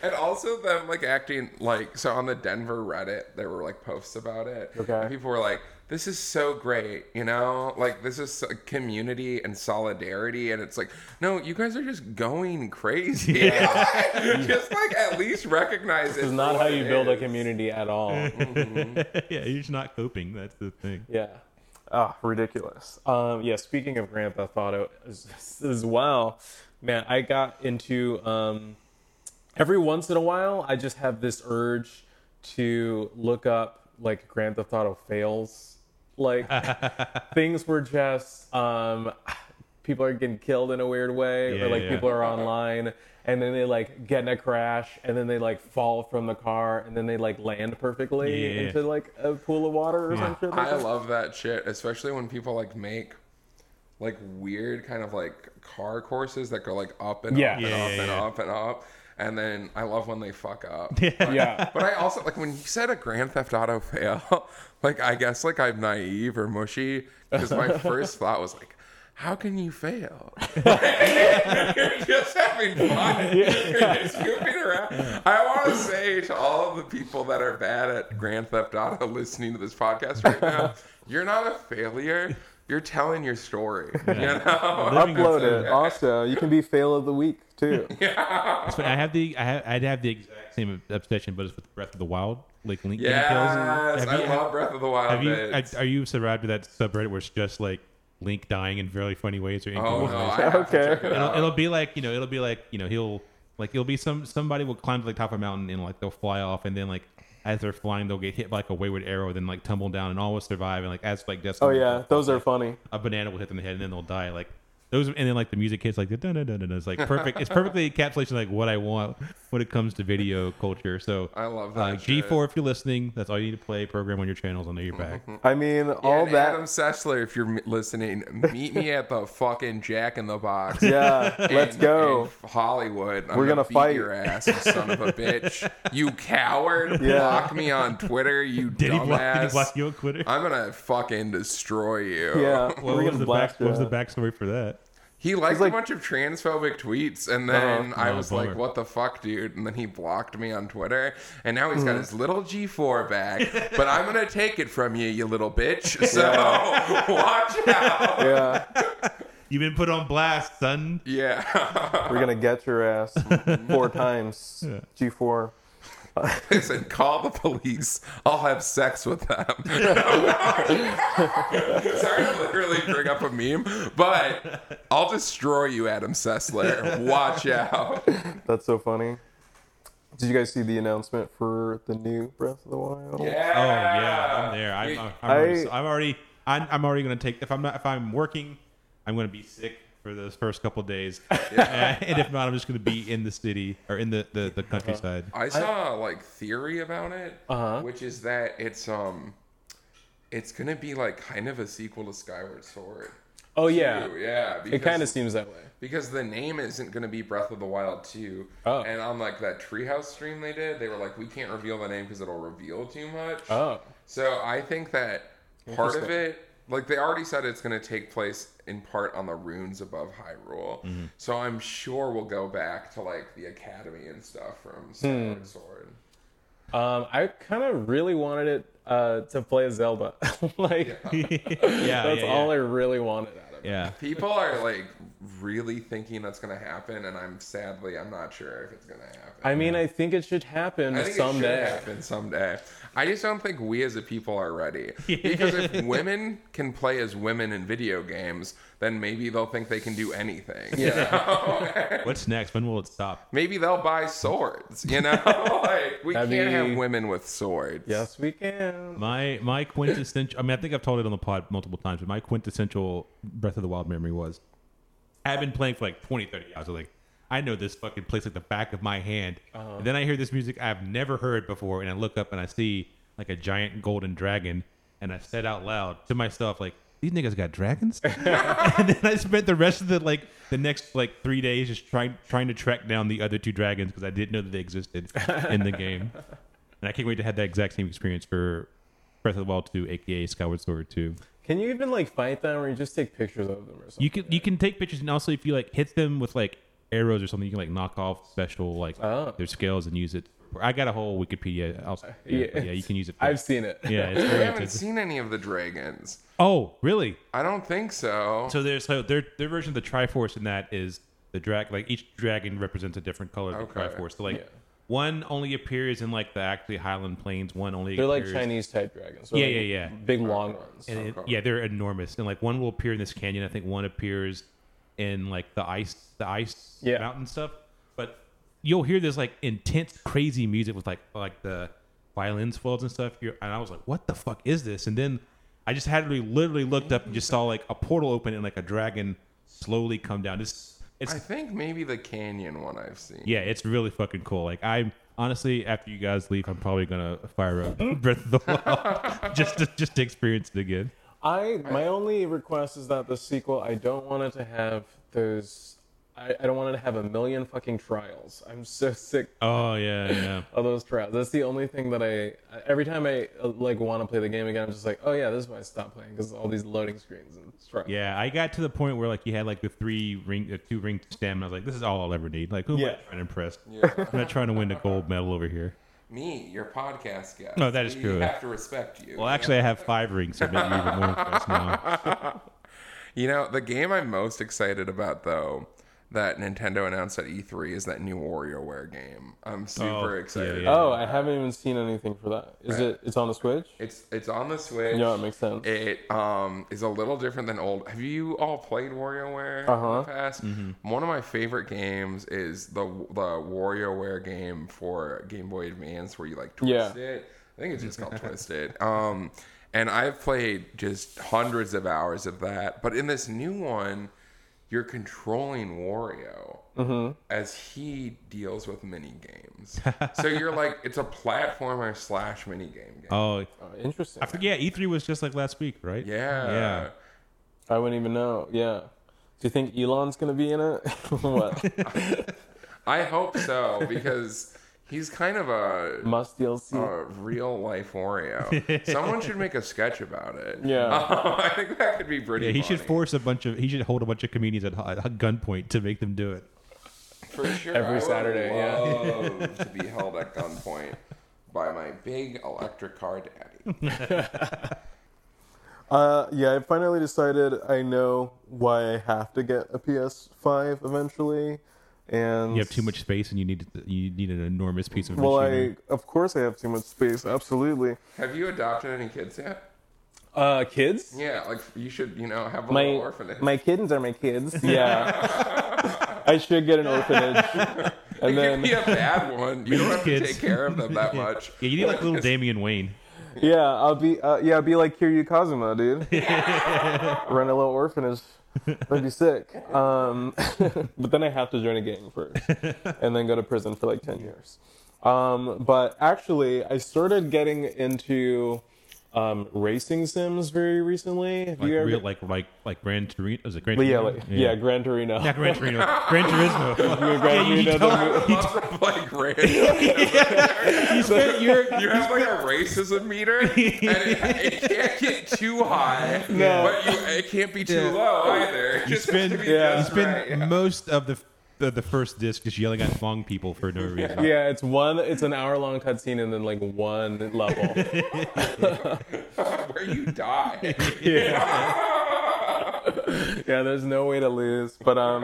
Speaker 3: and also them like acting like so on the Denver Reddit, there were like posts about it.
Speaker 1: Okay.
Speaker 3: and people were like, "This is so great," you know, like this is so- community and solidarity, and it's like, no, you guys are just going crazy. just like at least recognize it
Speaker 1: This is
Speaker 3: for
Speaker 1: not
Speaker 3: what
Speaker 1: how you
Speaker 3: it
Speaker 1: build a
Speaker 3: is.
Speaker 1: community at all.
Speaker 2: to- yeah, you're just not coping. That's the thing.
Speaker 1: yeah. Ah, ridiculous. Um, yeah, speaking of Grand Theft Auto as, as well, man, I got into um, every once in a while, I just have this urge to look up like Grand Theft Auto fails. Like things were just um, people are getting killed in a weird way,
Speaker 2: Yeah,
Speaker 1: or like
Speaker 2: yeah,
Speaker 1: people are online, and then they like get in a crash, and then they like fall from the car, and then they like land perfectly
Speaker 2: Yeah.
Speaker 1: into like a pool of water or some shit. Like
Speaker 3: I
Speaker 1: that.
Speaker 3: love that shit, especially when people like make like weird kind of like car courses that go like up and
Speaker 1: Yeah.
Speaker 3: up and
Speaker 2: Yeah,
Speaker 3: up
Speaker 2: yeah,
Speaker 3: and
Speaker 2: yeah.
Speaker 3: up and up. And then I love when they fuck up.
Speaker 1: yeah.
Speaker 3: But I also like when you said a Grand Theft Auto fail, like I guess like I'm naive or mushy because my first thought was like, how can you fail? You're just having fun. You're just goofing around. I want to say to all of the people that are bad at Grand Theft Auto listening to this podcast right now, you're not a failure. You're telling your story. You know?
Speaker 1: Upload it. Also, you can be fail of the week too.
Speaker 2: That's funny. I have the I have I'd have the exact same obsession, but it's with Breath of the Wild, like Link. getting killed.
Speaker 3: Yes,
Speaker 2: Have
Speaker 3: I
Speaker 2: you-
Speaker 3: love Breath of the Wild.
Speaker 2: Have you
Speaker 3: bits.
Speaker 2: are- are you subscribed to that subreddit where it's just like Link dying in very funny ways or
Speaker 3: oh
Speaker 2: inconvenient
Speaker 3: no,
Speaker 2: ways?
Speaker 3: I have
Speaker 1: Okay.
Speaker 3: to check it
Speaker 2: It'll,
Speaker 3: out.
Speaker 2: it'll be like you know, it'll be like you know, he'll like he'll be some somebody will climb to the top of a mountain and like they'll fly off, and then like as they're flying, they'll get hit by like a wayward arrow, then like tumble down, and all will survive, and like as like death.
Speaker 1: Oh yeah, those are funny.
Speaker 2: a banana will hit them in the head, and then they'll die. Like those, and then like the music hits like the dun dun dun dun. dun. It's like perfect. it's perfectly encapsulation like what I want when it comes to video culture. So
Speaker 3: I love that.
Speaker 2: uh, G
Speaker 3: shit. Mm-hmm.
Speaker 2: four if you're listening, that's all you need to play. Program on your channels. I know you're back.
Speaker 1: I mean, all
Speaker 3: and Adam
Speaker 1: that.
Speaker 3: Sessler, if you're m- listening, meet me at the fucking Jack in the Box.
Speaker 1: Yeah,
Speaker 3: in-
Speaker 1: let's go.
Speaker 3: in Hollywood. I'm
Speaker 1: We're gonna
Speaker 3: beat
Speaker 1: fight.
Speaker 3: your ass, you son of a bitch. You coward.
Speaker 1: Yeah.
Speaker 3: Block me on Twitter, you
Speaker 2: Did he, block, did he
Speaker 3: dumbass.
Speaker 2: block you on Twitter?
Speaker 3: I'm gonna fucking destroy you.
Speaker 1: Yeah,
Speaker 2: What
Speaker 1: we're
Speaker 2: was,
Speaker 1: gonna
Speaker 2: the
Speaker 1: blast
Speaker 2: back, what was the
Speaker 1: you.
Speaker 2: backstory for that?
Speaker 3: He liked
Speaker 1: It's like- Uh-huh.
Speaker 3: a bunch of transphobic tweets, and then I
Speaker 2: no,
Speaker 3: was
Speaker 2: Oh, bummer.
Speaker 3: like, "What the fuck, dude?" And then he blocked me on Twitter, and now he's
Speaker 1: Hmm.
Speaker 3: got his little G4 back. but I'm gonna take it from you, you little bitch. So watch out.
Speaker 1: Yeah,
Speaker 2: You've been put on blast, son.
Speaker 3: Yeah.
Speaker 1: we're gonna get your ass four times. G four.
Speaker 3: They said, call the police. I'll have sex with them. Sorry to literally bring up a meme, but I'll destroy you, Adam Sessler. Watch out.
Speaker 1: That's so funny. Did you guys see the announcement for the new Breath of the Wild?
Speaker 2: Oh yeah, I'm there. I'm, I'm, already,
Speaker 1: I-
Speaker 2: I'm already I'm, I'm already going to take if I'm not if I'm working, I'm going to be sick for those first couple days, and if not, I'm just going to be in the city or in the the, the countryside.
Speaker 3: I saw like theory about it,
Speaker 1: Uh-huh.
Speaker 3: which is that it's um, it's gonna be like kind of a sequel to Skyward Sword.
Speaker 1: Oh yeah,
Speaker 3: Ooh, yeah.
Speaker 1: it
Speaker 3: because-
Speaker 1: kind of seems that way.
Speaker 3: because the name isn't going to be Breath of the Wild 2.
Speaker 1: Oh.
Speaker 3: And on like that Treehouse stream they did, they were like, we can't reveal the name because it'll reveal too much.
Speaker 1: Oh,
Speaker 3: So I think that part of
Speaker 1: Interesting.
Speaker 3: it, like they already said, it's going to take place in part on the runes above Hyrule.
Speaker 1: Mm-hmm.
Speaker 3: So I'm sure we'll go back to like the academy and stuff
Speaker 1: Hmm.
Speaker 3: from Skyward Sword.
Speaker 1: um, I kind of really wanted it uh, to play Zelda. like
Speaker 2: yeah,
Speaker 1: that's
Speaker 2: yeah,
Speaker 1: all I
Speaker 2: yeah.
Speaker 1: really wanted out of it.
Speaker 2: yeah.
Speaker 3: People are like really thinking that's going to happen, and I'm sadly I'm not sure if it's going to happen.
Speaker 1: I mean, I think it should happen
Speaker 3: I think
Speaker 1: someday.
Speaker 3: it should happen someday. I just don't think we as a people are ready. Because if women can play as women in video games, then maybe they'll think they can do anything. you know?
Speaker 2: What's next? When will it stop?
Speaker 3: maybe they'll buy swords. You know, like we
Speaker 1: That'd
Speaker 3: can't
Speaker 1: be-
Speaker 3: have women with swords.
Speaker 1: Yes, we can.
Speaker 2: My my quintessential. I mean, I think I've told it on the pod multiple times, but my quintessential Breath of the Wild memory was I've been playing for like 20, 30 hours. Like I know this fucking place like the back of my hand. And then I hear this music I've never heard before, and I look up and I see like a giant golden dragon, and I said out loud to myself like. These niggas got dragons, and then I spent the rest of the like the next like three days just trying trying to track down the other two dragons because I didn't know that they existed in the game. And I can't wait to have that exact same experience for Breath of the Wild 2, aka Skyward Sword 2.
Speaker 1: Can you even like fight them, or you just take pictures of them, or something?
Speaker 2: You can you can take pictures, and also if you like hit them with like arrows or something, you can like knock off special like
Speaker 1: Oh.
Speaker 2: their scales and use it. I got a whole Wikipedia. I'll, yeah, but yeah, you can use it. For,
Speaker 1: I've seen it.
Speaker 2: yeah, it's
Speaker 3: I
Speaker 2: very
Speaker 3: haven't
Speaker 2: interesting.
Speaker 3: seen any of the dragons.
Speaker 2: Oh, really?
Speaker 3: I don't think so.
Speaker 2: So there's so their their version of the Triforce in that is the drag like each dragon represents a different color of the
Speaker 3: Okay.
Speaker 2: Triforce. So like
Speaker 1: Yeah.
Speaker 2: one only appears in like the actually Highland Plains. One only
Speaker 1: They're like
Speaker 2: appears-
Speaker 1: Chinese type dragons. They're,
Speaker 2: Yeah,
Speaker 1: like,
Speaker 2: yeah, yeah.
Speaker 1: Big long ones.
Speaker 2: and it,
Speaker 3: Okay.
Speaker 2: yeah, they're enormous. And like one will appear in this canyon. I think one appears in like the ice, the ice
Speaker 1: Yeah.
Speaker 2: mountain stuff. But you'll hear this like intense, crazy music with like like the violins, foils, and stuff. You're, and I was like, "What the fuck is this?" And then I just had to be- literally looked up and just saw like a portal open and like a dragon slowly come down. It's it's
Speaker 3: I think maybe the canyon one I've seen.
Speaker 2: yeah, it's really fucking cool. Like I'm honestly, after you guys leave, I'm probably gonna fire up Breath of the Wild just to, just to experience it again.
Speaker 1: I my only request is that the sequel. I don't want it to have those. I, I don't want it to have a million fucking trials. I'm so sick
Speaker 2: Oh yeah, yeah.
Speaker 1: of those trials. That's the only thing that I. Every time I uh, like want to play the game again, I'm just like, oh yeah, this is why I stopped playing because all these loading screens and trials.
Speaker 2: Yeah, I got to the point where like you had like the three ring, the two ring stem, and I was like, this is all I'll ever need. Like, who
Speaker 1: Yeah.
Speaker 2: am I trying to impress?
Speaker 3: Yeah.
Speaker 2: I'm not trying to win the gold medal over here.
Speaker 3: Me, your podcast guest.
Speaker 2: No, Oh, that is
Speaker 3: we
Speaker 2: true.
Speaker 3: have to respect you.
Speaker 2: Well, actually, I have five rings, so maybe even more impressed now.
Speaker 3: You know, the game I'm most excited about though that Nintendo announced at E3 is that new WarioWare game. I'm super
Speaker 2: Oh, yeah,
Speaker 3: excited.
Speaker 2: yeah.
Speaker 1: Oh, I haven't even seen anything for that. Is it? It's on the Switch.
Speaker 3: It's it's on the Switch.
Speaker 1: No, it makes sense.
Speaker 3: It um is a little different than old. Have you all played WarioWare
Speaker 1: Uh-huh.
Speaker 3: in the past? One of my favorite games is the the WarioWare game for Game Boy Advance where you like twist
Speaker 1: Yeah.
Speaker 3: it. I think it's just called Twisted. Um, and I've played just hundreds of hours of that. But in this new one, you're controlling Wario
Speaker 1: Mm-hmm.
Speaker 3: as he deals with mini games. so you're like it's a platformer slash mini game game.
Speaker 2: Oh,
Speaker 1: Oh, interesting.
Speaker 2: I forget. Yeah, E3 was just like last week, right?
Speaker 3: Yeah.
Speaker 2: Yeah.
Speaker 1: I wouldn't even know. Yeah. Do you think Elon's gonna be in it? what?
Speaker 3: I hope so because he's kind of a,
Speaker 1: Must DLC.
Speaker 3: a real life Oreo. Someone should make a sketch about it.
Speaker 1: Yeah.
Speaker 3: I think that could be pretty.
Speaker 2: Yeah, he should
Speaker 3: funny.
Speaker 2: force a bunch of he should hold a bunch of comedians at, at gunpoint to make them do it.
Speaker 3: for sure
Speaker 1: Every Saturday, yeah.
Speaker 3: yeah. to be held at gunpoint by my big electric car daddy.
Speaker 1: Uh, yeah, I finally decided I know why I have to get a PS5 eventually, and
Speaker 2: You have too much space, and you need you need an enormous piece of
Speaker 1: Well,
Speaker 2: machinery.
Speaker 1: I of course I have too much space. Absolutely.
Speaker 3: Have you adopted any kids yet?
Speaker 1: Uh, kids.
Speaker 3: Yeah, like you should, you know, have a little
Speaker 1: My
Speaker 3: orphanage.
Speaker 1: my kids are my kids. Yeah. I should get an orphanage, and
Speaker 3: you can
Speaker 1: then
Speaker 3: be a bad one. You don't have to
Speaker 2: Kids.
Speaker 3: take care of them that much.
Speaker 2: Yeah, you need like little Damian Wayne.
Speaker 1: Yeah, I'll be uh, yeah, I'll be like Kiryu Kazuma, dude. Run a little orphanage. That'd be sick. Um, but then I have to join a gang first, and then go to prison for like ten years. Um, but actually, I started getting into um, racing sims very recently. Have
Speaker 2: Like
Speaker 1: you ever?
Speaker 2: real, like like like Gran Torino. Is it Gran
Speaker 1: yeah,
Speaker 2: Torino?
Speaker 1: like, yeah, Gran Torino.
Speaker 2: Not Gran Torino. Gran Turismo. yeah, you, you,
Speaker 1: Torino, the
Speaker 2: don't-
Speaker 1: mo-
Speaker 3: I love to play Gran.
Speaker 2: you spent your
Speaker 3: You have like a racism meter, and it, it can't get too high,
Speaker 1: No.
Speaker 3: but you, it can't be too
Speaker 2: Yeah.
Speaker 3: low either. It
Speaker 2: you
Speaker 3: just has
Speaker 2: spend
Speaker 3: to be
Speaker 1: Yeah.
Speaker 2: you
Speaker 3: just
Speaker 2: spend
Speaker 3: right, yeah.
Speaker 2: most of the, the the first disc just yelling at Hmong people for no reason.
Speaker 1: Yeah, it's one. It's an hour long cutscene and then like one level.
Speaker 3: where you die.
Speaker 1: yeah, there's no way to lose. But um,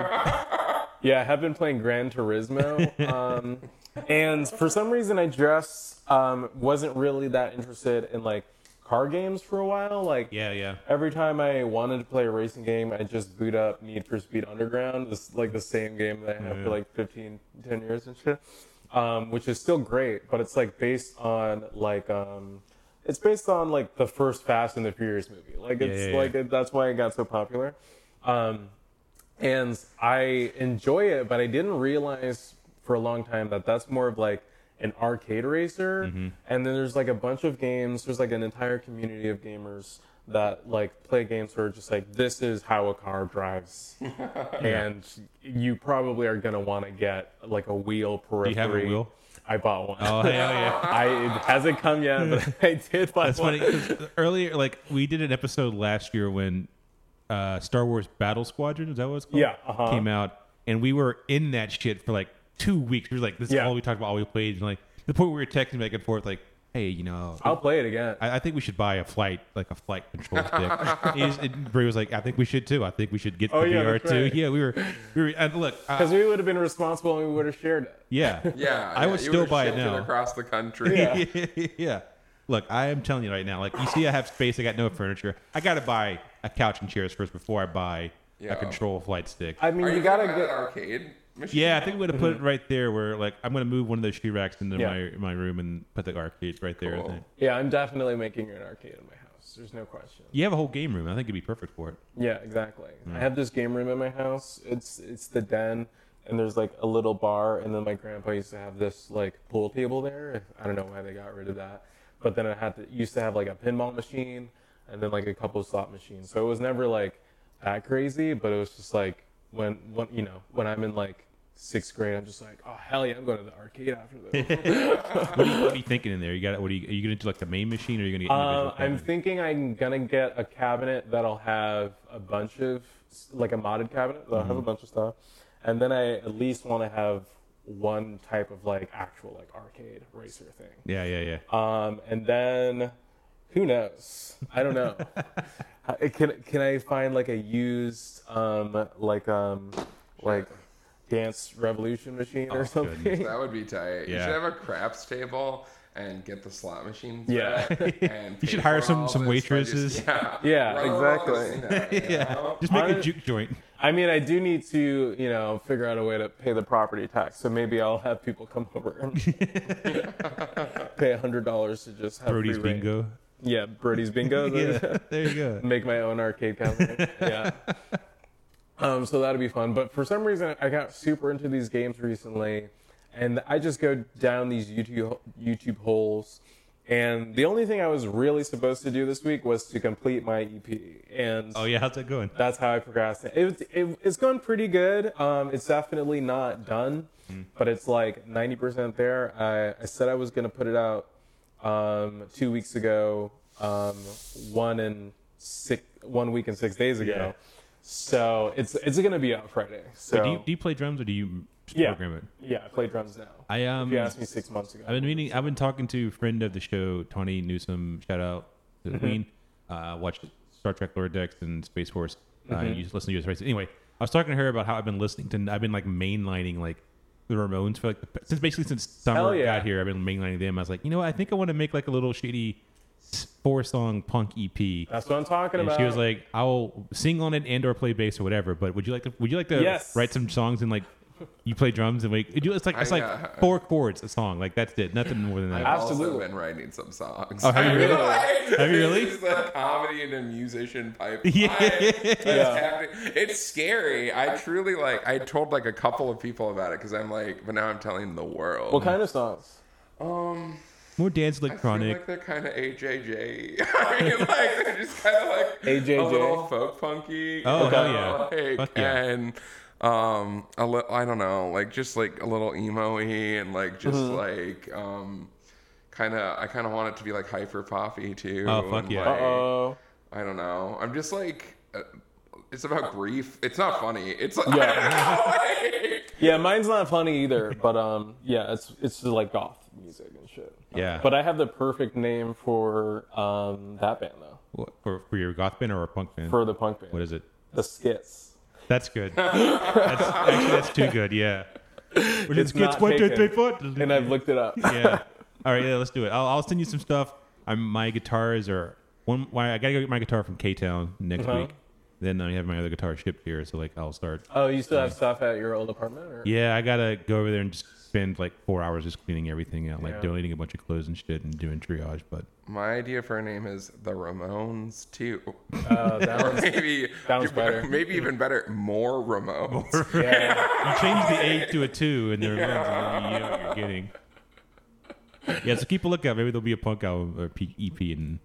Speaker 1: yeah, I have been playing Gran Turismo, um, and for some reason I just um, wasn't really that interested in like car games for a while. Like
Speaker 2: yeah, yeah.
Speaker 1: every time I wanted to play a racing game, I just boot up Need for Speed Underground. It's like the same game that I have
Speaker 2: Yeah.
Speaker 1: for like 15, 10 years and shit, um, which is still great, but it's like based on like. Um, it's based on like the first Fast and the Furious movie. Like it's
Speaker 2: yeah, yeah.
Speaker 1: like it, that's why it got so popular. Um, and I enjoy it, but I didn't realize for a long time that that's more of like an arcade racer.
Speaker 2: Mm-hmm.
Speaker 1: And then there's like a bunch of games. There's like an entire community of gamers that like play games where just like this is how a car drives, and you probably are gonna want to get like a wheel periphery.
Speaker 2: you have a wheel?
Speaker 1: I bought one.
Speaker 2: Oh hell yeah.
Speaker 1: I it hasn't come yet, but I did buy
Speaker 2: That's
Speaker 1: one.
Speaker 2: funny. 'cause Earlier, like we did an episode last year when uh, Star Wars Battle Squadron is that what it's called?
Speaker 1: Yeah, uh-huh.
Speaker 2: came out, and we were in that shit for like two weeks. We were like, this is
Speaker 1: Yeah.
Speaker 2: all we talked about, all we played, and like the point where we were texting back and forth, like, hey, you know,
Speaker 1: I'll play it again.
Speaker 2: I, I think we should buy a flight, like a flight control stick. He's, and Bree was like, I think we should too. I think we should get
Speaker 1: Oh,
Speaker 2: the
Speaker 1: yeah,
Speaker 2: VR
Speaker 1: that's
Speaker 2: too.
Speaker 1: right.
Speaker 2: Yeah, we were, we were. And look, uh,
Speaker 1: Because we would have been responsible and we would have shared it.
Speaker 2: yeah,
Speaker 3: Yeah,
Speaker 2: I
Speaker 3: yeah,
Speaker 2: would
Speaker 3: you
Speaker 2: still
Speaker 3: were
Speaker 2: buy it
Speaker 3: shifted
Speaker 2: now.
Speaker 3: across the country.
Speaker 1: Yeah.
Speaker 2: yeah. Look, I am telling you right now, like you see, I have space. I got no furniture. I gotta buy a couch and chairs first before I buy
Speaker 3: Yeah.
Speaker 2: a control flight stick.
Speaker 1: I mean,
Speaker 3: Are
Speaker 1: you,
Speaker 3: you,
Speaker 1: gotta
Speaker 3: gonna buy that
Speaker 1: get.
Speaker 3: arcade. Machine?
Speaker 2: yeah, I think I'm gonna put it right there where like I'm gonna move one of those shoe racks into
Speaker 1: Yeah.
Speaker 2: my my room and put the arcade right there. I
Speaker 3: Cool.
Speaker 2: think.
Speaker 1: Yeah, I'm definitely making an arcade in my house. There's no question. Mm.
Speaker 2: You have a whole game room. I think it'd be perfect for it.
Speaker 1: Yeah, exactly. I have this game room in my house. It's it's the den, and there's like a little bar, and then my grandpa used to have this like pool table there. I don't know why they got rid of that, but then I had to used to have like a pinball machine, and then like a couple of slot machines. So it was never like that crazy, but it was just like when when you know when I'm in like sixth grade, I'm just like, oh hell yeah, I'm going to the arcade after this.
Speaker 2: What are you, what are you thinking in there? You got what are you, are you gonna do like the main machine or are you gonna get individual?
Speaker 1: Um, I'm
Speaker 2: cabinets?
Speaker 1: thinking I'm gonna get a cabinet that'll have a bunch of like a modded cabinet that'll
Speaker 2: Mm-hmm.
Speaker 1: have a bunch of stuff, and then I at least want to have one type of like actual like arcade racer thing.
Speaker 2: yeah, yeah, yeah.
Speaker 1: Um, and then who knows? I don't know. I- can can I find like a used um like um like dance revolution machine or
Speaker 2: Oh,
Speaker 1: something?
Speaker 2: goodness.
Speaker 3: That would be tight. You
Speaker 2: Yeah.
Speaker 3: should have a craps table and get the slot machines.
Speaker 1: Yeah.
Speaker 3: back And
Speaker 2: You should
Speaker 3: pay
Speaker 2: hire
Speaker 3: for
Speaker 2: some-
Speaker 3: all
Speaker 2: some
Speaker 3: this by just-
Speaker 2: waitresses.
Speaker 3: yeah.
Speaker 1: Yeah,
Speaker 3: Roll all this
Speaker 1: exactly.
Speaker 3: thing out, you
Speaker 1: Uh,
Speaker 3: know?
Speaker 2: Just make a
Speaker 1: I-
Speaker 2: juke joint.
Speaker 1: I mean, I do need to, you know, figure out a way to pay the property tax. So maybe I'll have people come over and pay hundred dollars to just have
Speaker 2: Brody's
Speaker 1: free reign.
Speaker 2: bingo.
Speaker 1: Yeah, Brody's bingo.
Speaker 2: Yeah, there you go.
Speaker 1: Make my own arcade cabinet. yeah. Um, so that'd be fun. But for some reason, I got super into these games recently, and I just go down these YouTube YouTube holes. And the only thing I was really supposed to do this week was to complete my EP. And
Speaker 2: Oh yeah, how's that going?
Speaker 1: that's how I procrastinate. It, was- it, it's going pretty good. Um, it's definitely not done,
Speaker 2: Mm-hmm.
Speaker 1: but it's like 90% there. I, I said I was going to put it out um, two weeks ago, um, one and six, one week and six days ago.
Speaker 2: Yeah.
Speaker 1: So it's it's going to be out Friday. So
Speaker 2: Do you, do you play drums or do you
Speaker 1: Yeah.
Speaker 2: program it?
Speaker 1: yeah, I play drums now.
Speaker 2: I um.
Speaker 1: if you asked me six months ago.
Speaker 2: I've been meeting. I've been talking to a friend of the show, Tony Newsom. Shout out
Speaker 1: Mm-hmm.
Speaker 2: to the Queen. Uh, watched Star Trek Lower Decks and Space Force. Uh,
Speaker 1: Mm-hmm.
Speaker 2: and you just listen to U.S. Race. Anyway, I was talking to her about how I've been listening to. I've been like mainlining like the Ramones for like the, since basically since
Speaker 1: Hell
Speaker 2: summer
Speaker 1: yeah.
Speaker 2: got here. I've been mainlining them. I was like, you know, what? I think I want to make like a little shady four song punk E EP.
Speaker 1: That's what I'm talking
Speaker 2: And
Speaker 1: about.
Speaker 2: she was like, "I'll sing on it and or play bass or whatever." But would you like to? Would you like to
Speaker 1: Yes.
Speaker 2: write some songs and like you play drums and wake. It's like it's
Speaker 3: I,
Speaker 2: like
Speaker 3: uh,
Speaker 2: four chords a song. Like that's it. Nothing more than that.
Speaker 1: I-
Speaker 3: Also
Speaker 1: Absolutely.
Speaker 3: been writing some songs.
Speaker 2: Oh, have you really?
Speaker 3: Like,
Speaker 2: Have you really?
Speaker 3: It's the comedy and a musician pipe.
Speaker 2: Yeah.
Speaker 1: Yeah.
Speaker 3: It's scary. I truly like. I told like a couple of people about it because I'm like, but now I'm telling the world.
Speaker 1: What kind of songs?
Speaker 3: Um,
Speaker 2: more dance
Speaker 3: I feel
Speaker 2: electronic.
Speaker 3: like they're kind of AJJ. I mean, like they're just kind of like a
Speaker 1: AJJ?
Speaker 3: little folk funky.
Speaker 2: Oh, hell
Speaker 3: you know,
Speaker 2: yeah.
Speaker 3: like,
Speaker 2: Fuck yeah.
Speaker 3: And um, a li- I don't know, like just like a little emo-y and like just like um, kind of. I kind of want it to be like hyper poppy too.
Speaker 2: Oh, fuck
Speaker 3: and,
Speaker 2: yeah.
Speaker 3: like,
Speaker 1: Uh oh.
Speaker 3: I don't know. I'm just like, uh, it's about grief. It's not funny. It's like, I
Speaker 1: Yeah.
Speaker 3: don't know, like-
Speaker 1: Yeah, mine's not funny either, but um, yeah, it's it's just like goth music and shit.
Speaker 2: Yeah.
Speaker 1: But I have the perfect name for um that band though,
Speaker 2: What- for, for your goth band or a punk band?
Speaker 1: for the punk band.
Speaker 2: what is it?
Speaker 1: The Skits.
Speaker 2: That's good. that's, actually, that's too good. Yeah. We're just kids.
Speaker 1: not
Speaker 2: One, two,
Speaker 1: taken.
Speaker 2: three, four.
Speaker 1: And I've looked it up.
Speaker 2: yeah. All right, yeah, let's do it. I'll, I'll send you some stuff. I'm my guitars are one. Why I gotta go get my guitar from K Town next
Speaker 1: Uh-huh.
Speaker 2: week. Then I have my other guitar shipped here, so like I'll start.
Speaker 1: Oh, you still have stuff at your old apartment? Or?
Speaker 2: Yeah, I gotta go over there and just spend like four hours just cleaning everything out, like
Speaker 1: Yeah.
Speaker 2: donating a bunch of clothes and shit, and doing triage. But
Speaker 3: My idea for a name is the Ramones too,
Speaker 1: Uh, that
Speaker 3: or
Speaker 1: one's,
Speaker 3: maybe
Speaker 1: Sounds better.
Speaker 3: maybe even better, more Ramones.
Speaker 1: yeah.
Speaker 2: you change the eight to a two, and the Ramones, and then you know what you're getting. Yeah, so keep a lookout. Maybe there'll be a punk album or P- EP, and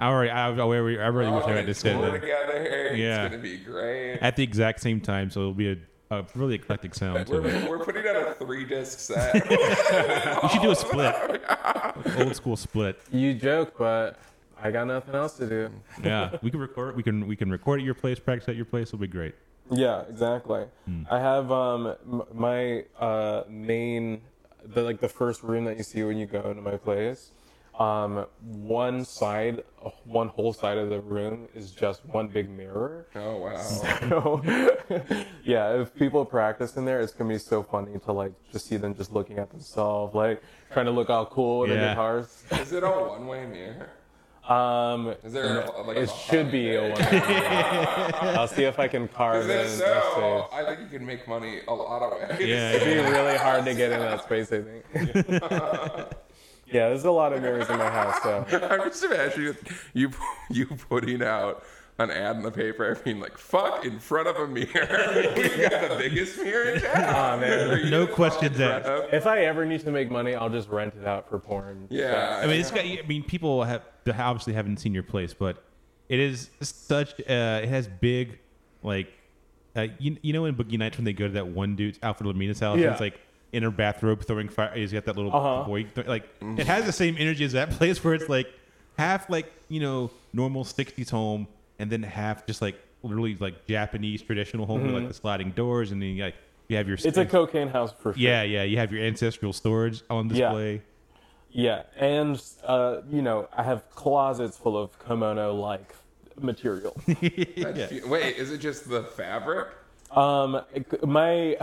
Speaker 2: I already, I, I already, I already wish I had to send
Speaker 3: We're
Speaker 2: it.
Speaker 3: together.
Speaker 2: Yeah.
Speaker 3: It's gonna be great.
Speaker 2: at the exact same time, so it'll be a, a really eclectic sound to it.
Speaker 3: We're, we're putting out a three disc set.
Speaker 2: We should do a split, An old school split.
Speaker 1: You joke, but I got nothing else to do.
Speaker 2: Yeah, we can record. We can we can record at your place, practice at your place. It'll be great.
Speaker 1: Yeah, exactly. I have um m- my uh main the like the first room that you see when you go into my place. Um, one side, one whole side of the room is just one big mirror.
Speaker 3: oh wow.
Speaker 1: So, yeah, if people practice in there, it's gonna be so funny to like just see them just looking at themselves, like trying to look all cool with
Speaker 2: Yeah.
Speaker 1: their guitars.
Speaker 3: Is it all one way mirror?
Speaker 1: Um,
Speaker 3: Is there a- like a
Speaker 1: it should be a one. I'll see if I can carve
Speaker 3: Is
Speaker 1: it.
Speaker 3: it
Speaker 1: in. Let's see.
Speaker 3: so? I think you can make money a lot of ways.
Speaker 2: Yeah,
Speaker 1: It'd
Speaker 2: yeah.
Speaker 1: be really hard to get in that space, I think. yeah, there's a lot of mirrors in my house, so
Speaker 3: I'm just imagining you you putting out an ad in the paper being like, "Fuck in front of a mirror. we got the biggest mirror in town."
Speaker 1: man.
Speaker 2: No questions asked.
Speaker 3: Uh,
Speaker 1: if I ever need to make money, I'll just rent it out for porn.
Speaker 3: yeah,
Speaker 2: I mean, it's got. I mean, people have they obviously haven't seen your place, but it is such. Uh, it has big, like, uh, you, you know, in Boogie Nights when they go to that one dude, Alfred Lamina's house,
Speaker 1: Yeah.
Speaker 2: it's like in her bathrobe throwing fire. He's got that little
Speaker 1: Uh-huh.
Speaker 2: boy. Th- like, it has the same energy as that place where it's like half like you know normal '60s home, and then half just like literally like Japanese traditional home with like the sliding doors, and then you, like you have your
Speaker 1: Mm-hmm. It's a cocaine house for sure.
Speaker 2: yeah yeah you have your ancestral storage on display.
Speaker 1: Yeah, and uh, you know, I have closets full of kimono like material.
Speaker 3: That's cute. Wait, is it just the fabric?
Speaker 1: Um, my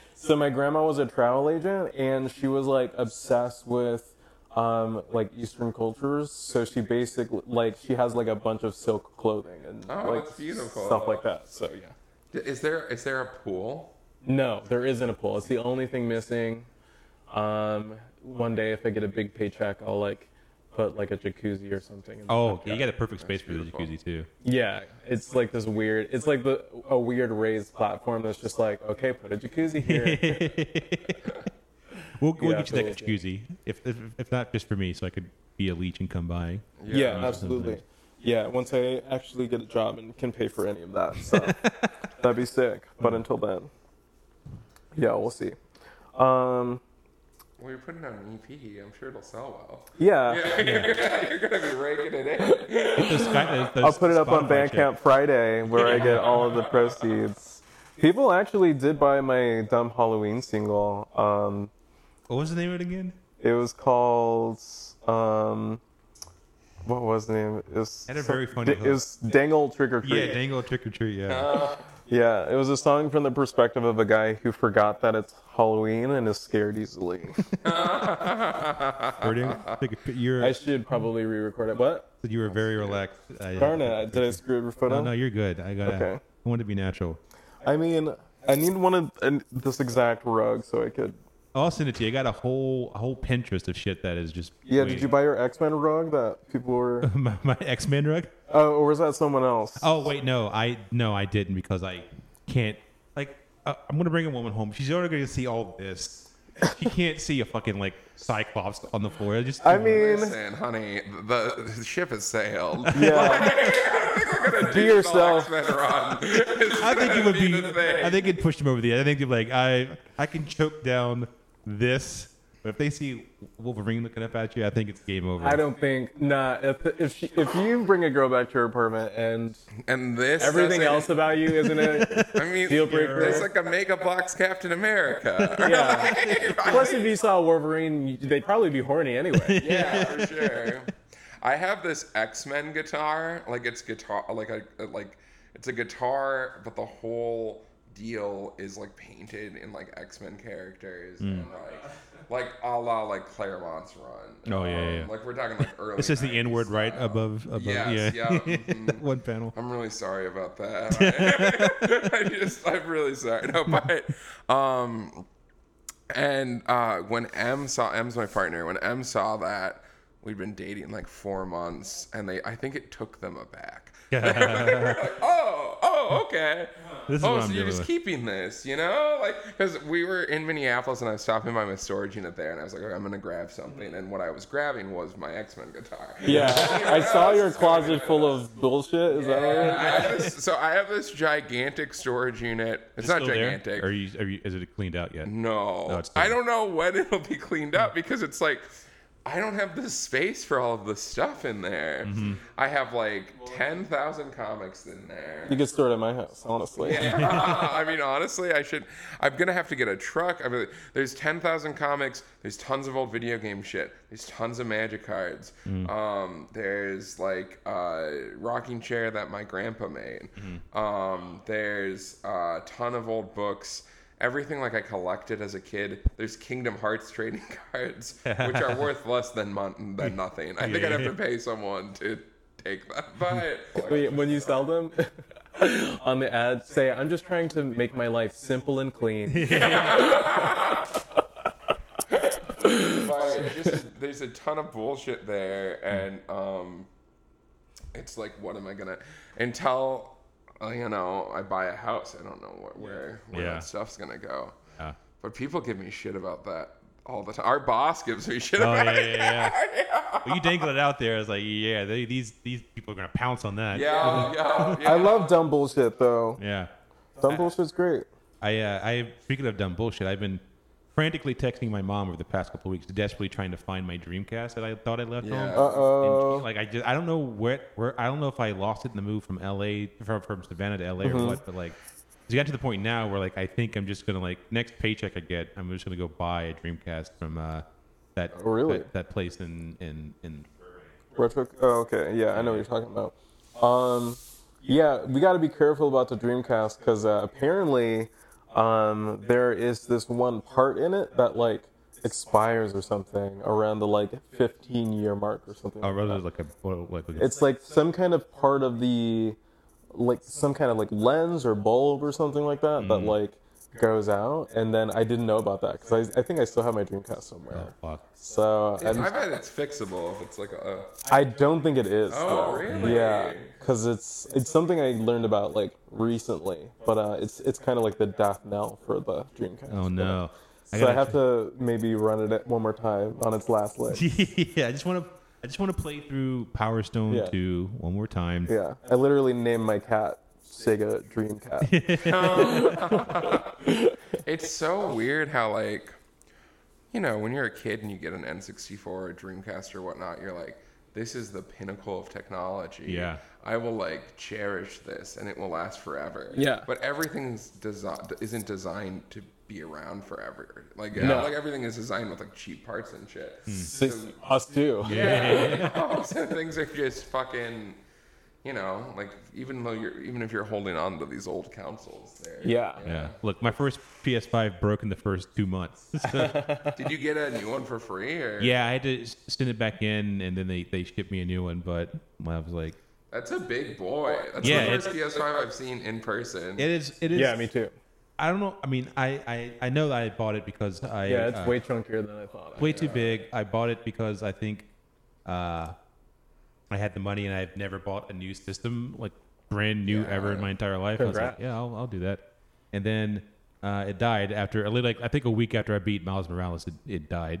Speaker 1: so my grandma was a travel agent, and she was like obsessed with um like Eastern cultures. So she basically like she has like a bunch of silk clothing and
Speaker 3: Oh,
Speaker 1: like
Speaker 3: that's beautiful.
Speaker 1: stuff like that. So yeah,
Speaker 3: Is there is there a pool?
Speaker 1: no, there isn't a pool. It's the only thing missing. Um, one day if I get a big paycheck, I'll like put like a jacuzzi or something. in the
Speaker 2: Oh,
Speaker 1: backyard.
Speaker 2: you got a perfect space for the
Speaker 3: beautiful.
Speaker 2: jacuzzi too.
Speaker 1: Yeah, it's like this weird. It's like the a weird raised platform that's just like, okay, put a jacuzzi here.
Speaker 2: We'll, we'll
Speaker 1: Yeah,
Speaker 2: get you that
Speaker 1: absolutely.
Speaker 2: jacuzzi, if, if if not just for me, so I could be a leech and come by.
Speaker 1: Yeah,
Speaker 2: Yeah.
Speaker 1: absolutely. Yeah, once I actually get a job and can pay for any of that, Mm. so that'd be sick. But until then, yeah, we'll see. Um,
Speaker 3: Well, you're putting out an EP. I'm sure it'll sell well.
Speaker 1: yeah,
Speaker 3: you're gonna be raking it in.
Speaker 2: Those sky- those- those
Speaker 1: I'll put it up on
Speaker 2: Spotify
Speaker 1: Bandcamp
Speaker 2: check.
Speaker 1: Friday, where I get all of the proceeds. People actually did buy my dumb Halloween single. Um,
Speaker 2: What was the name of it again?
Speaker 1: it was called. Um, what was the name? It was,
Speaker 2: Had a very funny
Speaker 1: It was Dangle Trigger
Speaker 2: Yeah, Dangle Trick or Treat.
Speaker 1: Uh,
Speaker 2: Yeah,
Speaker 1: Yeah, it was a song from the perspective of a guy who forgot that it's Halloween and is scared easily.
Speaker 2: Or did- I think
Speaker 1: I
Speaker 2: you're
Speaker 1: should probably re-record it. What?
Speaker 2: you were very relaxed. I-
Speaker 1: Darn it! Did I screw your photo?
Speaker 2: No, no, you're good. I got.
Speaker 1: Okay.
Speaker 2: I want to be natural.
Speaker 1: I mean, I need one of an, this exact rug so I could.
Speaker 2: I'll send it to you. I got a whole a whole Pinterest of shit that is just.
Speaker 1: Yeah, did you buy your X Men rug that people were?
Speaker 2: my, my X Men rug?
Speaker 1: Oh, or was that someone else?
Speaker 2: Oh wait, no, I no, I didn't because I can't. Like, uh, I'm gonna bring a woman home. She's already gonna see all this. She can't see a fucking like Cyclops on the floor. It's Just
Speaker 1: I mean,
Speaker 3: Listen, honey, the, the ship has sailed.
Speaker 1: yeah,
Speaker 3: We're gonna
Speaker 1: Be
Speaker 3: do
Speaker 1: yourself.
Speaker 3: the X-Men run. It's
Speaker 2: I think it
Speaker 3: gonna
Speaker 2: would be.
Speaker 3: the thing.
Speaker 2: I think it'd push them over the edge. I think they'd be like, I I can choke down this, but if they see Wolverine looking up at you, I think it's game over.
Speaker 1: I don't think nah. If if she, if you bring a girl back to your apartment and
Speaker 3: and this
Speaker 1: everything
Speaker 3: doesn't-
Speaker 1: else about you isn't it?
Speaker 3: I mean,
Speaker 1: deal breaker.
Speaker 3: It's like a makeup box Captain America.
Speaker 1: Yeah.
Speaker 3: yeah,
Speaker 1: Plus, if you saw Wolverine, you- they'd probably be horny anyway.
Speaker 3: for sure. I have this X Men guitar. Like it's guitar. Like a like it's a guitar, but the whole deal is like painted in like X Men characters
Speaker 2: Mm.
Speaker 3: and like like a la like Claremont's run. Um,
Speaker 2: Oh, yeah, yeah, yeah.
Speaker 3: Like we're talking like early.
Speaker 2: It says the
Speaker 3: 90s
Speaker 2: N word right
Speaker 3: style.
Speaker 2: above above.
Speaker 3: Yes,
Speaker 2: yeah,
Speaker 3: yeah, mhm.
Speaker 2: That one panel.
Speaker 3: I'm really sorry about that. I just, I'm really sorry. No, but, um, and uh, when M saw M's my partner, when M saw that we'd been dating like four months, and they, I think it took them aback. They were like, oh, oh, okay.
Speaker 2: This is
Speaker 3: oh,
Speaker 2: what
Speaker 3: so
Speaker 2: I'm
Speaker 3: you're
Speaker 2: dealing
Speaker 3: just
Speaker 2: with.
Speaker 3: keeping this, you know? Like, because we were in Minneapolis, and I was stopping by my storage unit there, and I was like, okay, I'm gonna grab something, and what I was grabbing was my X Men guitar.
Speaker 1: Yeah, I saw your closet full of bullshit. Is that right?
Speaker 3: I have this- so I have this gigantic storage unit. It's not
Speaker 2: Still there?
Speaker 3: gigantic.
Speaker 2: Are you, are you? Is it cleaned out
Speaker 1: Mm-hmm.
Speaker 2: yet?
Speaker 3: No,
Speaker 2: No, it's still
Speaker 3: I
Speaker 2: there.
Speaker 3: don't know when it'll be cleaned up because it's like I don't have the space for all of the stuff in there. I have like ten thousand comics in there.
Speaker 1: You could store it at my house, honestly.
Speaker 3: I mean, honestly, I should. I'm gonna have to get a truck. I mean, there's 10,000 comics. There's tons of old video game shit. There's tons of magic cards. Um, there's like uh, rocking chair that my grandpa made. Um, there's a ton of old books. Everything like I collected as a kid. There's Kingdom Hearts trading cards, which are worth less than mon- than nothing. I think I'd have to pay someone to take them. But
Speaker 1: Wait, when you sell them on the ad, say, I'm just trying to make my life simple and clean.
Speaker 3: But it just, there's a ton of bullshit there, and um, it's like, what am I gonna until uh, you know I buy a house? I don't know what, where where
Speaker 2: Yeah.
Speaker 3: that stuff's gonna go.
Speaker 2: Yeah.
Speaker 3: But people give me shit about that all the time. Our boss gives me shit
Speaker 2: Oh
Speaker 3: about
Speaker 2: yeah, yeah,
Speaker 3: it.
Speaker 2: yeah. Well, you dangle it out there. It's like, yeah, they, these these people are gonna pounce on that.
Speaker 3: Yeah, yeah, yeah.
Speaker 1: I love dumb bullshit, though.
Speaker 2: Yeah.
Speaker 1: Dumb bullshit's great.
Speaker 2: I uh, I speaking of dumb bullshit, I've been frantically texting my mom over the past couple weeks, desperately trying to find my Dreamcast that I thought I left
Speaker 3: Yeah.
Speaker 2: home.
Speaker 3: Uh,
Speaker 1: Uh-oh.
Speaker 2: And, like I just I don't know where where I don't know if I lost it in the move from LA from, from Savannah to LA
Speaker 1: Mm-hmm.
Speaker 2: or what, but like it's got to the point now where like I think I'm just gonna like next paycheck I get, I'm just gonna go buy a Dreamcast from uh that
Speaker 1: Oh, really?
Speaker 2: that, that place in in in
Speaker 1: Retro. Oh, okay. Yeah, I know what you're talking about. Um, yeah, we got to be careful about the Dreamcast because uh, apparently um, there is this one part in it that like expires or something around the like 15 year mark or something.
Speaker 2: oh
Speaker 1: like
Speaker 2: rather
Speaker 1: that.
Speaker 2: like a like a,
Speaker 1: Uh, It's like some kind of part of the like some kind of like lens or bulb or something like that that like goes out and then I didn't know about that because I, I think I still have my Dreamcast somewhere.
Speaker 2: fuck.
Speaker 1: So I'm-
Speaker 3: I bet it's fixable if it's like a.
Speaker 1: I don't think it is.
Speaker 3: Oh,
Speaker 1: though.
Speaker 3: really?
Speaker 1: Yeah, because it's it's something I learned about like recently, but uh, it's it's kind of like the death knell for the Dreamcast.
Speaker 2: Oh no.
Speaker 1: So I,
Speaker 2: gotta
Speaker 1: have to maybe run it one more time on its last leg.
Speaker 2: yeah, I just want to. I just want to play through Power Stone
Speaker 1: Yeah.
Speaker 2: 2 one more time.
Speaker 1: Yeah, I literally named my cat Sega Dreamcat.
Speaker 3: It's so weird how like, you know, when you're a kid and you get an N64 or a Dreamcast or whatnot, you're like, this is the pinnacle of technology.
Speaker 2: Yeah.
Speaker 3: I will like cherish this and it will last forever.
Speaker 1: Yeah.
Speaker 3: But everything's desi- isn't designed to be around forever. Like,
Speaker 1: No.
Speaker 3: like everything is designed with like cheap parts and shit.
Speaker 1: Six, us too.
Speaker 3: Yeah. so things are just fucking, you know, like even though you're even if you're holding on to these old consoles there.
Speaker 1: Yeah.
Speaker 2: Yeah. Look, my first PS5 broke in the first two months. So,
Speaker 3: Did you get a new one for free or?
Speaker 2: yeah, I had to s- send it back in, and then they, they shipped me a new one. But I was like,
Speaker 3: That's a big boy. That's
Speaker 2: Yeah,
Speaker 3: the first
Speaker 2: it's-
Speaker 3: PS5 I've seen in person.
Speaker 2: it is. It is.
Speaker 1: Yeah, me too.
Speaker 2: I don't know. I mean, I I, I know that I bought it because I
Speaker 1: Yeah, it's
Speaker 2: uh,
Speaker 1: way chunkier than I thought.
Speaker 2: way too big. I bought it because I think uh, I had the money and I've never bought a new system like brand new ever in my entire life. I was like,
Speaker 1: Congrats.
Speaker 2: yeah, I'll, I'll do that. And then uh, it died after like I think a week after I beat Miles Morales, it, it died.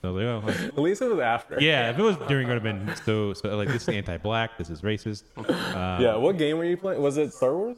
Speaker 2: So I was like, oh, well,
Speaker 1: At least it was after.
Speaker 2: yeah, if it was during, it would have been so so like this is anti-black, this is racist. Uh,
Speaker 1: Yeah, What game were you playing? Was it Star Wars?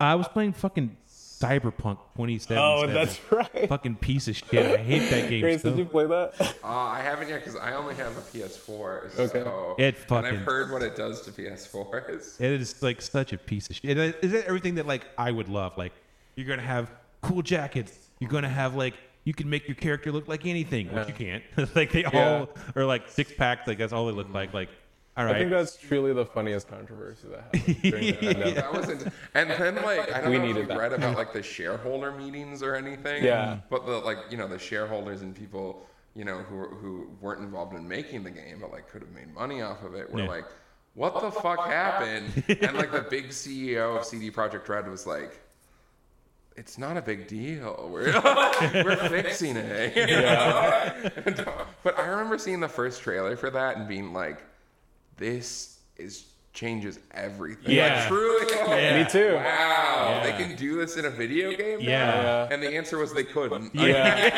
Speaker 2: I was playing fucking Cyberpunk 2077.
Speaker 1: Oh, right.
Speaker 2: fucking piece of shit. I hate that game.
Speaker 1: Grace,
Speaker 2: so-
Speaker 1: did you play that?
Speaker 3: Uh, I haven't yet because I only have a PS4. So,
Speaker 1: Okay.
Speaker 2: It
Speaker 3: And
Speaker 2: fucking-
Speaker 3: I've heard what it does to PS4s.
Speaker 2: It is like such a piece of shit. It is it everything that like I would love. Like you're gonna have cool jackets. You're gonna have like you can make your character look like anything, which you can't. like they all are like six packs. Like that's all they look like. Like all
Speaker 1: I think
Speaker 2: right,
Speaker 1: that's truly the funniest controversy that happened during the pandemic.
Speaker 3: That wasn't. And then like I don't
Speaker 1: We
Speaker 3: know if
Speaker 1: needed
Speaker 3: you
Speaker 1: that.
Speaker 3: read about like the shareholder meetings or anything.
Speaker 1: Yeah.
Speaker 3: But the like you know the shareholders and people you know who who weren't involved in making the game but like could have made money off of it were
Speaker 2: Yeah.
Speaker 3: like, what, the, fuck, happened? and like the big CEO of CD Projekt Red was like. It's not a big deal. We're, we're fixing it. you know? but I remember seeing the first trailer for that and being like, "This is changes everything."
Speaker 2: Yeah.
Speaker 3: Like, truly.
Speaker 2: Yeah.
Speaker 1: Me too.
Speaker 3: Wow,
Speaker 2: Yeah.
Speaker 3: they can do this in a video game. now?
Speaker 2: Yeah.
Speaker 3: and the answer was they couldn't.
Speaker 1: Yeah.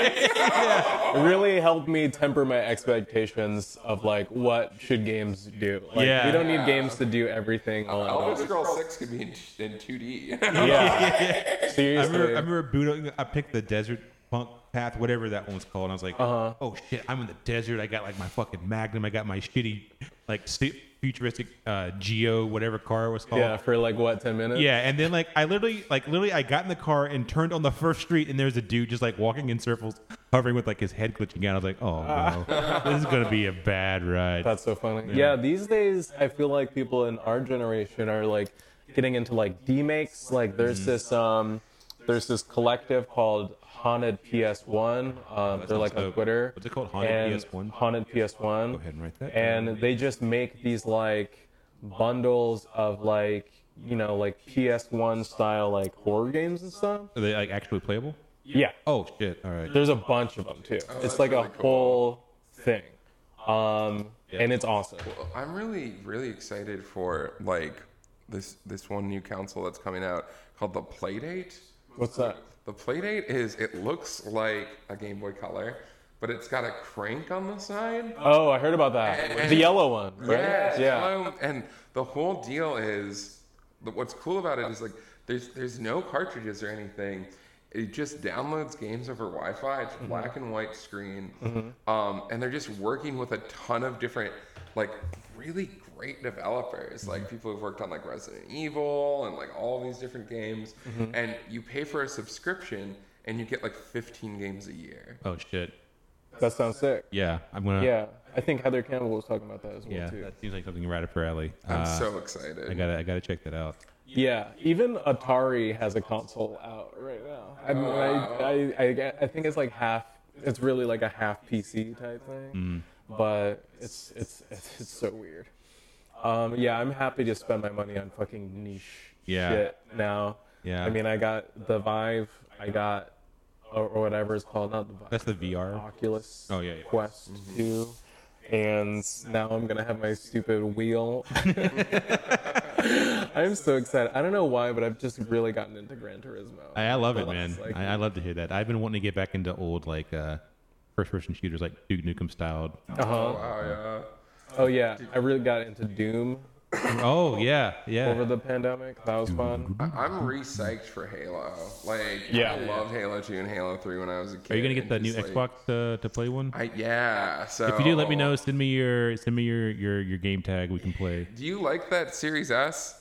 Speaker 1: It really helped me temper my expectations of like what should games do. Like
Speaker 2: Yeah.
Speaker 1: we don't need
Speaker 3: Yeah.
Speaker 1: games to do everything all at
Speaker 3: Elder
Speaker 1: once.
Speaker 3: Scrolls Six could be in, in 2D.
Speaker 1: Yeah.
Speaker 2: I
Speaker 1: Seriously.
Speaker 2: remember, I remember booting. I picked the desert punk path, whatever that one was called. And I was like,
Speaker 1: Uh-huh.
Speaker 2: oh shit, I'm in the desert. I got like my fucking Magnum. I got my shitty like stu- futuristic uh, Geo, whatever car it was called.
Speaker 1: yeah, for like what, ten minutes?
Speaker 2: Yeah, and then like I literally like literally I got in the car and turned on the first street and there's a dude just like walking in circles, hovering with like his head glitching out. I was like, oh no, this is gonna be a bad ride.
Speaker 1: That's so funny. Yeah. these days I feel like people in our generation are like getting into like demakes. Like there's
Speaker 2: Mm-hmm.
Speaker 1: this um there's this collective called Haunted PS1. Um, they're like on
Speaker 2: dope.
Speaker 1: Twitter.
Speaker 2: What's it called? Haunted
Speaker 1: and
Speaker 2: PS1?
Speaker 1: Haunted PS1. Go
Speaker 2: ahead and write that
Speaker 1: And they just make these like bundles of like you know like PS1 style like horror games and stuff.
Speaker 2: Are they like actually playable?
Speaker 1: Yeah.
Speaker 2: Oh shit! All right.
Speaker 1: There's a bunch of them too. it's
Speaker 3: Oh, that's
Speaker 1: like a
Speaker 3: really cool.
Speaker 1: whole thing. Um, and it's awesome.
Speaker 3: I'm really really excited for like this this one new console that's coming out called the Playdate.
Speaker 1: What's that?
Speaker 3: The Playdate is it looks like a Game Boy Color, but it's got a crank on the side.
Speaker 1: Oh, I heard about that. The yellow one, right?
Speaker 3: Yes,
Speaker 1: yeah.
Speaker 3: hello. And the whole deal is, the- what's cool about it is like there's there's no cartridges or anything. It just downloads games over Wi-Fi. It's black and white screen, um, and they're just working with a ton of different, like really great developers, like people who've worked on like Resident Evil and like all these different games. And you pay for a subscription, and you get like 15 games a year.
Speaker 2: Oh shit!
Speaker 1: That sounds sick.
Speaker 2: Yeah, I'm gonna.
Speaker 1: Yeah. I think Heather Campbell was talking about that as well
Speaker 2: yeah.
Speaker 1: too.
Speaker 2: That seems like something right up her alley.
Speaker 3: I'm
Speaker 2: Uh,
Speaker 3: so excited.
Speaker 2: I gotta I gotta check that out.
Speaker 1: Yeah. Even Atari has a console out right now. I mean, I, I, I, get- I think it's like half. It's really like a half PC type thing,
Speaker 2: Mm.
Speaker 1: but it's it's it's, it's so weird. Um, yeah, I'm happy to spend my money on fucking niche
Speaker 2: Yeah.
Speaker 1: shit now.
Speaker 2: Yeah.
Speaker 1: I mean, I got the Vive. I got or, or whatever it's called. Not the Vive.
Speaker 2: That's the VR.
Speaker 1: Oculus
Speaker 2: Oh, yeah, yeah.
Speaker 1: Quest 2. And now I'm gonna have my stupid wheel. I'm so excited. I don't know why, but I've just really gotten into Gran Turismo.
Speaker 2: I, I love it,
Speaker 1: Well,
Speaker 2: man.
Speaker 1: it's like-
Speaker 2: I, I love to hear that. I've been wanting to get back into old like uh, first-person shooters, like Duke Nukem styled.
Speaker 1: Uh-huh.
Speaker 3: wow, yeah.
Speaker 1: Oh yeah, I really got into Doom
Speaker 2: oh yeah, yeah.
Speaker 1: over the pandemic. That was fun.
Speaker 3: I'm re-psyched for Halo. Like,
Speaker 1: Yeah.
Speaker 3: I loved Halo 2 and Halo 3 when I was a kid.
Speaker 2: Are you gonna get
Speaker 3: and
Speaker 2: the new
Speaker 3: just, like-
Speaker 2: Xbox uh, to play one?
Speaker 3: I, yeah. So
Speaker 2: If you do, let me know. Send me your send me your your, your game tag. We can play.
Speaker 3: Do you like that Series S?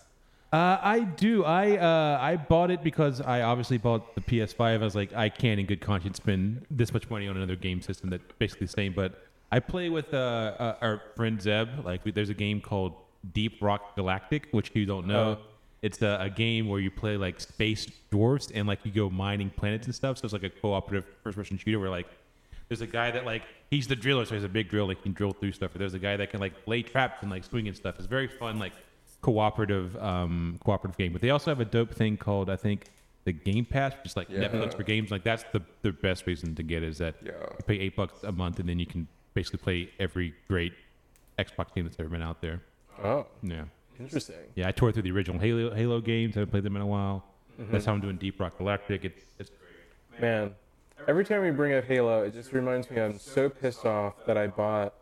Speaker 2: Uh, I do. I uh, I bought it because I obviously bought the PS5. I was like, I can't in good conscience spend this much money on another game system that's basically the same. But I play with uh, uh, our friend Zeb. Like, we, there's a game called Deep Rock Galactic, which you don't know. it's a, a game where you play like space dwarfs and like you go mining planets and stuff. So it's like a cooperative first-person shooter where like there's a guy that like he's the driller, so he's a big drill, like he can drill through stuff. Or there's a guy that can like lay traps and like swing and stuff. It's very fun, like cooperative, um, cooperative game. But they also have a dope thing called I think the Game Pass, which is like
Speaker 3: Yeah.
Speaker 2: Netflix for games. Like that's the the best reason to get it, is that
Speaker 3: Yeah.
Speaker 2: you pay eight bucks a month and then you can basically play every great Xbox game that's ever been out there.
Speaker 1: Oh,
Speaker 2: Yeah,
Speaker 1: interesting.
Speaker 2: yeah. I tore through the original Halo Halo games. I haven't played them in a while.
Speaker 3: Mm-hmm.
Speaker 2: That's how I'm doing Deep Rock Galactic. It's it's great.
Speaker 1: Man, every time we bring up Halo, it just reminds me I'm so pissed off that I bought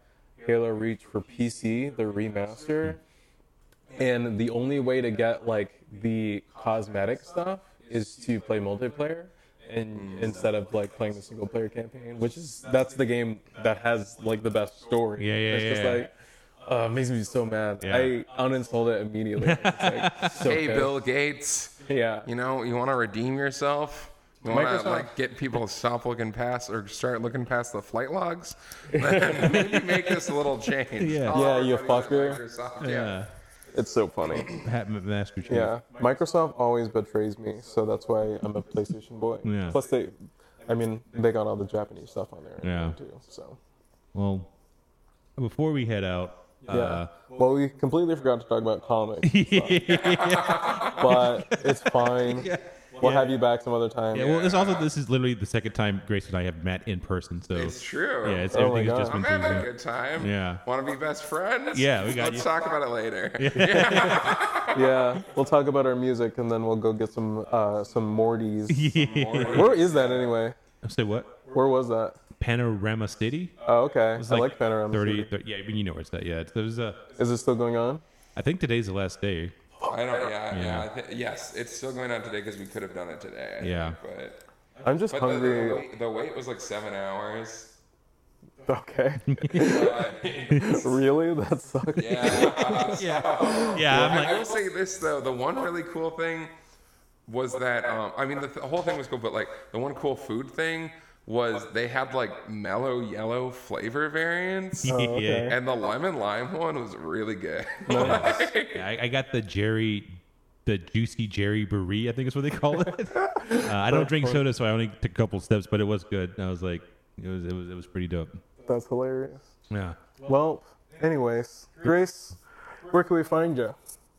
Speaker 1: Halo Reach for PC, the remaster. And the only way to get like the cosmetic stuff is to play multiplayer and instead of like playing the single player campaign, which is that's the game that has like the best story.
Speaker 2: Yeah, yeah,
Speaker 1: It's just
Speaker 2: yeah.
Speaker 1: like uh, it makes me so mad.
Speaker 2: Yeah.
Speaker 1: I uninstalled it immediately. It's like, so
Speaker 3: Hey,
Speaker 1: pissed.
Speaker 3: Bill Gates.
Speaker 1: Yeah.
Speaker 3: You know, you want to redeem yourself. You want
Speaker 1: Microsoft.
Speaker 3: to like get people to stop looking past or start looking past the flight logs. Then maybe make this a little change.
Speaker 2: Yeah.
Speaker 3: Tell
Speaker 1: Yeah, you
Speaker 3: everybody at
Speaker 1: fucker.
Speaker 3: Microsoft, Yeah.
Speaker 1: It's so funny.
Speaker 2: Uh, Hat Master Chief.
Speaker 1: Yeah, Microsoft always betrays me, so that's why I'm a PlayStation boy.
Speaker 2: Yeah.
Speaker 1: Plus, they, I mean, they got all the Japanese stuff on there.
Speaker 2: Yeah.
Speaker 1: Too. So.
Speaker 2: Well, before we head out,
Speaker 1: Yeah.
Speaker 2: uh,
Speaker 1: well, we completely forgot to talk about comics, but it's fine. We'll have you back some other time.
Speaker 2: Yeah, well, it's also this is literally the second time Grace and I have met in person. So
Speaker 3: It's true.
Speaker 2: Yeah, it's
Speaker 1: Oh my
Speaker 2: everything has
Speaker 1: God.
Speaker 2: just been
Speaker 3: I'm
Speaker 2: through.
Speaker 3: having a
Speaker 2: Zoom.
Speaker 3: good time.
Speaker 2: Yeah.
Speaker 3: Want to be best friends?
Speaker 2: Yeah, we got
Speaker 3: Let's
Speaker 2: you.
Speaker 3: talk about it later.
Speaker 1: Yeah, We'll talk about our music, and then we'll go get some uh, some Mortys. Where is that anyway?
Speaker 2: Say what?
Speaker 1: Where was that?
Speaker 2: Panorama City.
Speaker 1: Oh, okay. I like Panorama.
Speaker 2: 30,
Speaker 1: City.
Speaker 2: 30 yeah, I mean, you know where it's at. Yeah, it's, there's a.
Speaker 1: Is it still going on?
Speaker 2: I think today's the last day.
Speaker 3: I don't. Yeah,
Speaker 2: Yeah.
Speaker 3: yeah. I thi- yes, it's still going on today because we could have done it today. I
Speaker 2: Yeah.
Speaker 3: think, but
Speaker 1: I'm just
Speaker 3: but the, the,
Speaker 1: hungry.
Speaker 3: wait, the wait was like seven hours.
Speaker 1: Okay.
Speaker 3: But-
Speaker 1: really? That sucks.
Speaker 3: yeah.
Speaker 2: Yeah, I'm
Speaker 3: I, I
Speaker 2: like,
Speaker 3: will say this though: the one really cool thing was that um, I mean, the, th- the whole thing was cool, but like the one cool food thing was they had like mellow yellow flavor variants,
Speaker 2: yeah,
Speaker 1: Oh, okay.
Speaker 3: and the lemon lime one was really good. Like,
Speaker 2: yeah, I, I got the Jerry, the juicy Jerry Brie. I think is what they call it. uh, I don't drink soda, so I only took a couple steps, but it was good. And I was like, it was, it was, it was pretty dope.
Speaker 1: That's hilarious.
Speaker 2: Yeah.
Speaker 1: Well, anyways, Grace, where can we find you?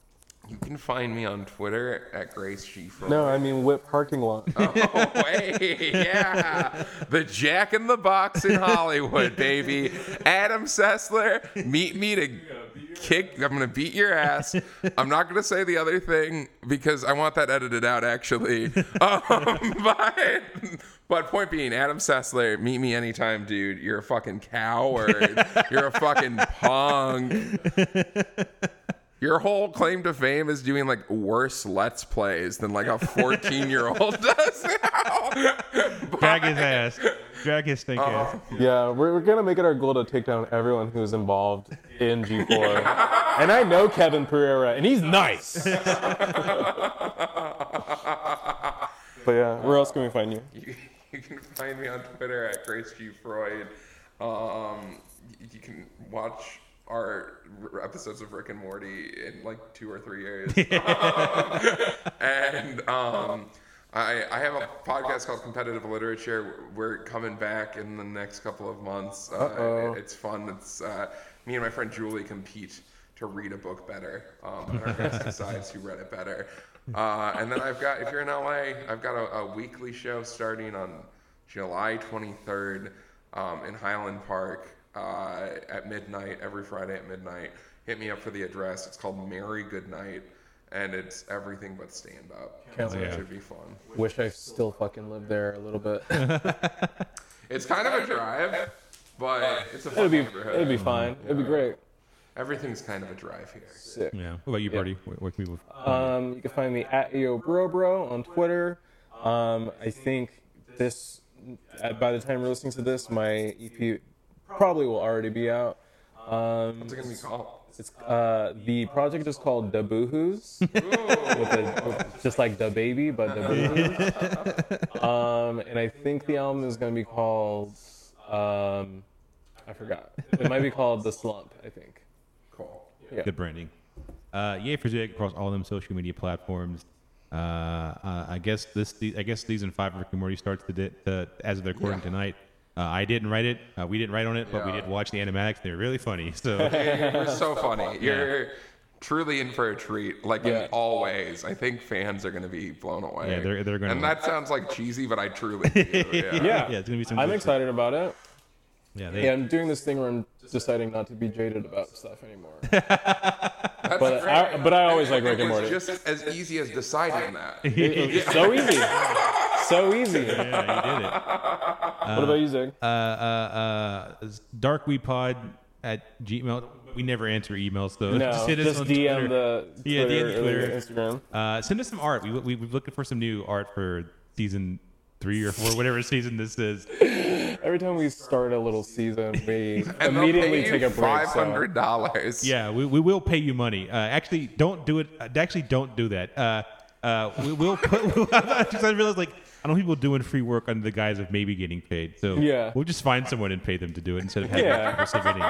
Speaker 3: you can find me on Twitter at Grace G. Froy.
Speaker 1: No, I mean Whip Parking Lot.
Speaker 3: Oh, hey, yeah. The Jack in the Box in Hollywood, baby. Adam Sessler, meet me to kick. I'm going to beat your ass. I'm not going to say the other thing because I want that edited out, actually. Um, but, but point being, Adam Sessler, meet me anytime, dude. You're a fucking coward. You're a fucking punk. Your whole claim to fame is doing like worse let's plays than like a 14 year old does now.
Speaker 2: Drag his ass. Drag his
Speaker 1: Oh.
Speaker 2: stink ass.
Speaker 1: yeah, we're, we're gonna make it our goal to take down everyone who's involved in G4. And I know Kevin Pereira, and he's nice. but yeah, where else can we find you?
Speaker 3: you, you can find me on Twitter at Grace G. Freud. Um, y- you can watch our r- episodes of Rick and Morty in like two or three years. and um, I, I have a podcast called Competitive Literature. We're coming back in the next couple of months. Uh,
Speaker 1: Uh-oh.
Speaker 3: it- it's fun. It's uh, me and my friend Julie compete to read a book better. Um, and our guest decides who read it better. Uh, and then I've got, if you're in LA, I've got a, a weekly show starting on July 23rd um, in Highland Park uh, at midnight, every Friday at midnight. Hit me up for the address. It's called Merry Goodnight, and it's everything but stand up.
Speaker 1: Hell
Speaker 3: So
Speaker 2: yeah.
Speaker 3: it should be fun.
Speaker 1: Wish I still fucking lived there a little bit.
Speaker 3: It's kind of a drive, but it's a fun
Speaker 1: it'd be
Speaker 3: neighborhood.
Speaker 1: it'd be fine. It'd be great.
Speaker 3: Everything's kind of a drive here.
Speaker 1: Sick.
Speaker 2: Yeah. What about you, Birdie? Where, where can people?
Speaker 1: Um, you can find me at AOBroBro on Twitter. Um, I think this, uh, by the time you're listening to this, my EP probably will already be out. Um,
Speaker 3: What's it gonna be called?
Speaker 1: it's, uh, the project is called Da Boohoos, with a, with- just like Da Baby, but Da Boohoos. Um, and I think the album is going to be called, um, I forgot. It might be called The Slump, I think.
Speaker 3: Cool.
Speaker 2: Good branding. Uh, yeah, for Zig across all them social media platforms. Uh, uh, I guess this. I guess season five of Rick and Morty starts today, uh, as of the recording
Speaker 3: Yeah.
Speaker 2: tonight. Uh, I didn't write it. Uh, we didn't write on it, but we
Speaker 3: Yeah.
Speaker 2: did watch the animatics. They're really funny. So
Speaker 3: You're so funny. You're truly in for a treat. Like
Speaker 1: Yeah.
Speaker 3: in all ways, I think fans are going to be blown away.
Speaker 2: Yeah, they're- they're gonna
Speaker 3: And
Speaker 2: love
Speaker 3: that sounds like cheesy, but I truly do. Yeah.
Speaker 1: Yeah.
Speaker 2: Yeah, it's gonna be some
Speaker 1: I'm
Speaker 2: good shit.
Speaker 1: excited about it.
Speaker 2: Yeah, they,
Speaker 1: Yeah, I'm doing this thing where I'm deciding not to be jaded about stuff anymore.
Speaker 3: That's
Speaker 1: But
Speaker 3: great.
Speaker 1: I, but I always like
Speaker 3: It
Speaker 1: Rick and
Speaker 3: was
Speaker 1: Morty.
Speaker 3: just as easy as deciding that.
Speaker 1: It was so easy. So easy.
Speaker 2: yeah, you did it.
Speaker 1: What about you, Zig?
Speaker 2: uh, uh, uh, darkweepod at Gmail. We never answer emails though.
Speaker 1: no, just,
Speaker 2: hit us on
Speaker 1: DM
Speaker 2: Twitter.
Speaker 1: the
Speaker 2: Yeah,
Speaker 1: Twitter,
Speaker 2: DM the Twitter.
Speaker 1: Or Instagram.
Speaker 2: Uh, send us some art. We, we we're looking for some new art for season three or four, whatever season this is.
Speaker 1: Every time we start a little season, we
Speaker 3: And they'll
Speaker 1: immediately
Speaker 3: pay you
Speaker 1: take a break.
Speaker 3: Five
Speaker 1: so-
Speaker 3: hundred dollars.
Speaker 2: Yeah, we, we will pay you money. Uh, actually, don't do it. uh, Actually, don't do that. Uh, uh, we will put. just I realized like I know people doing free work under the guise of maybe getting paid. So
Speaker 1: Yeah.
Speaker 2: we'll just find someone and pay them to do it instead of having
Speaker 1: Yeah.
Speaker 2: people submitting.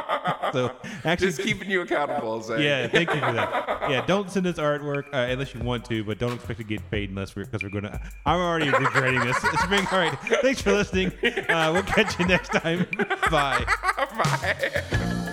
Speaker 2: So actually,
Speaker 3: Just keeping you accountable. Zane.
Speaker 2: Yeah, thank you for that. Yeah, don't send us artwork uh, unless you want to, but don't expect to get paid unless we're because we're gonna. I'm already regretting this. It's been all right. Thanks for listening. Uh, we'll catch you next time. Bye.
Speaker 3: Bye.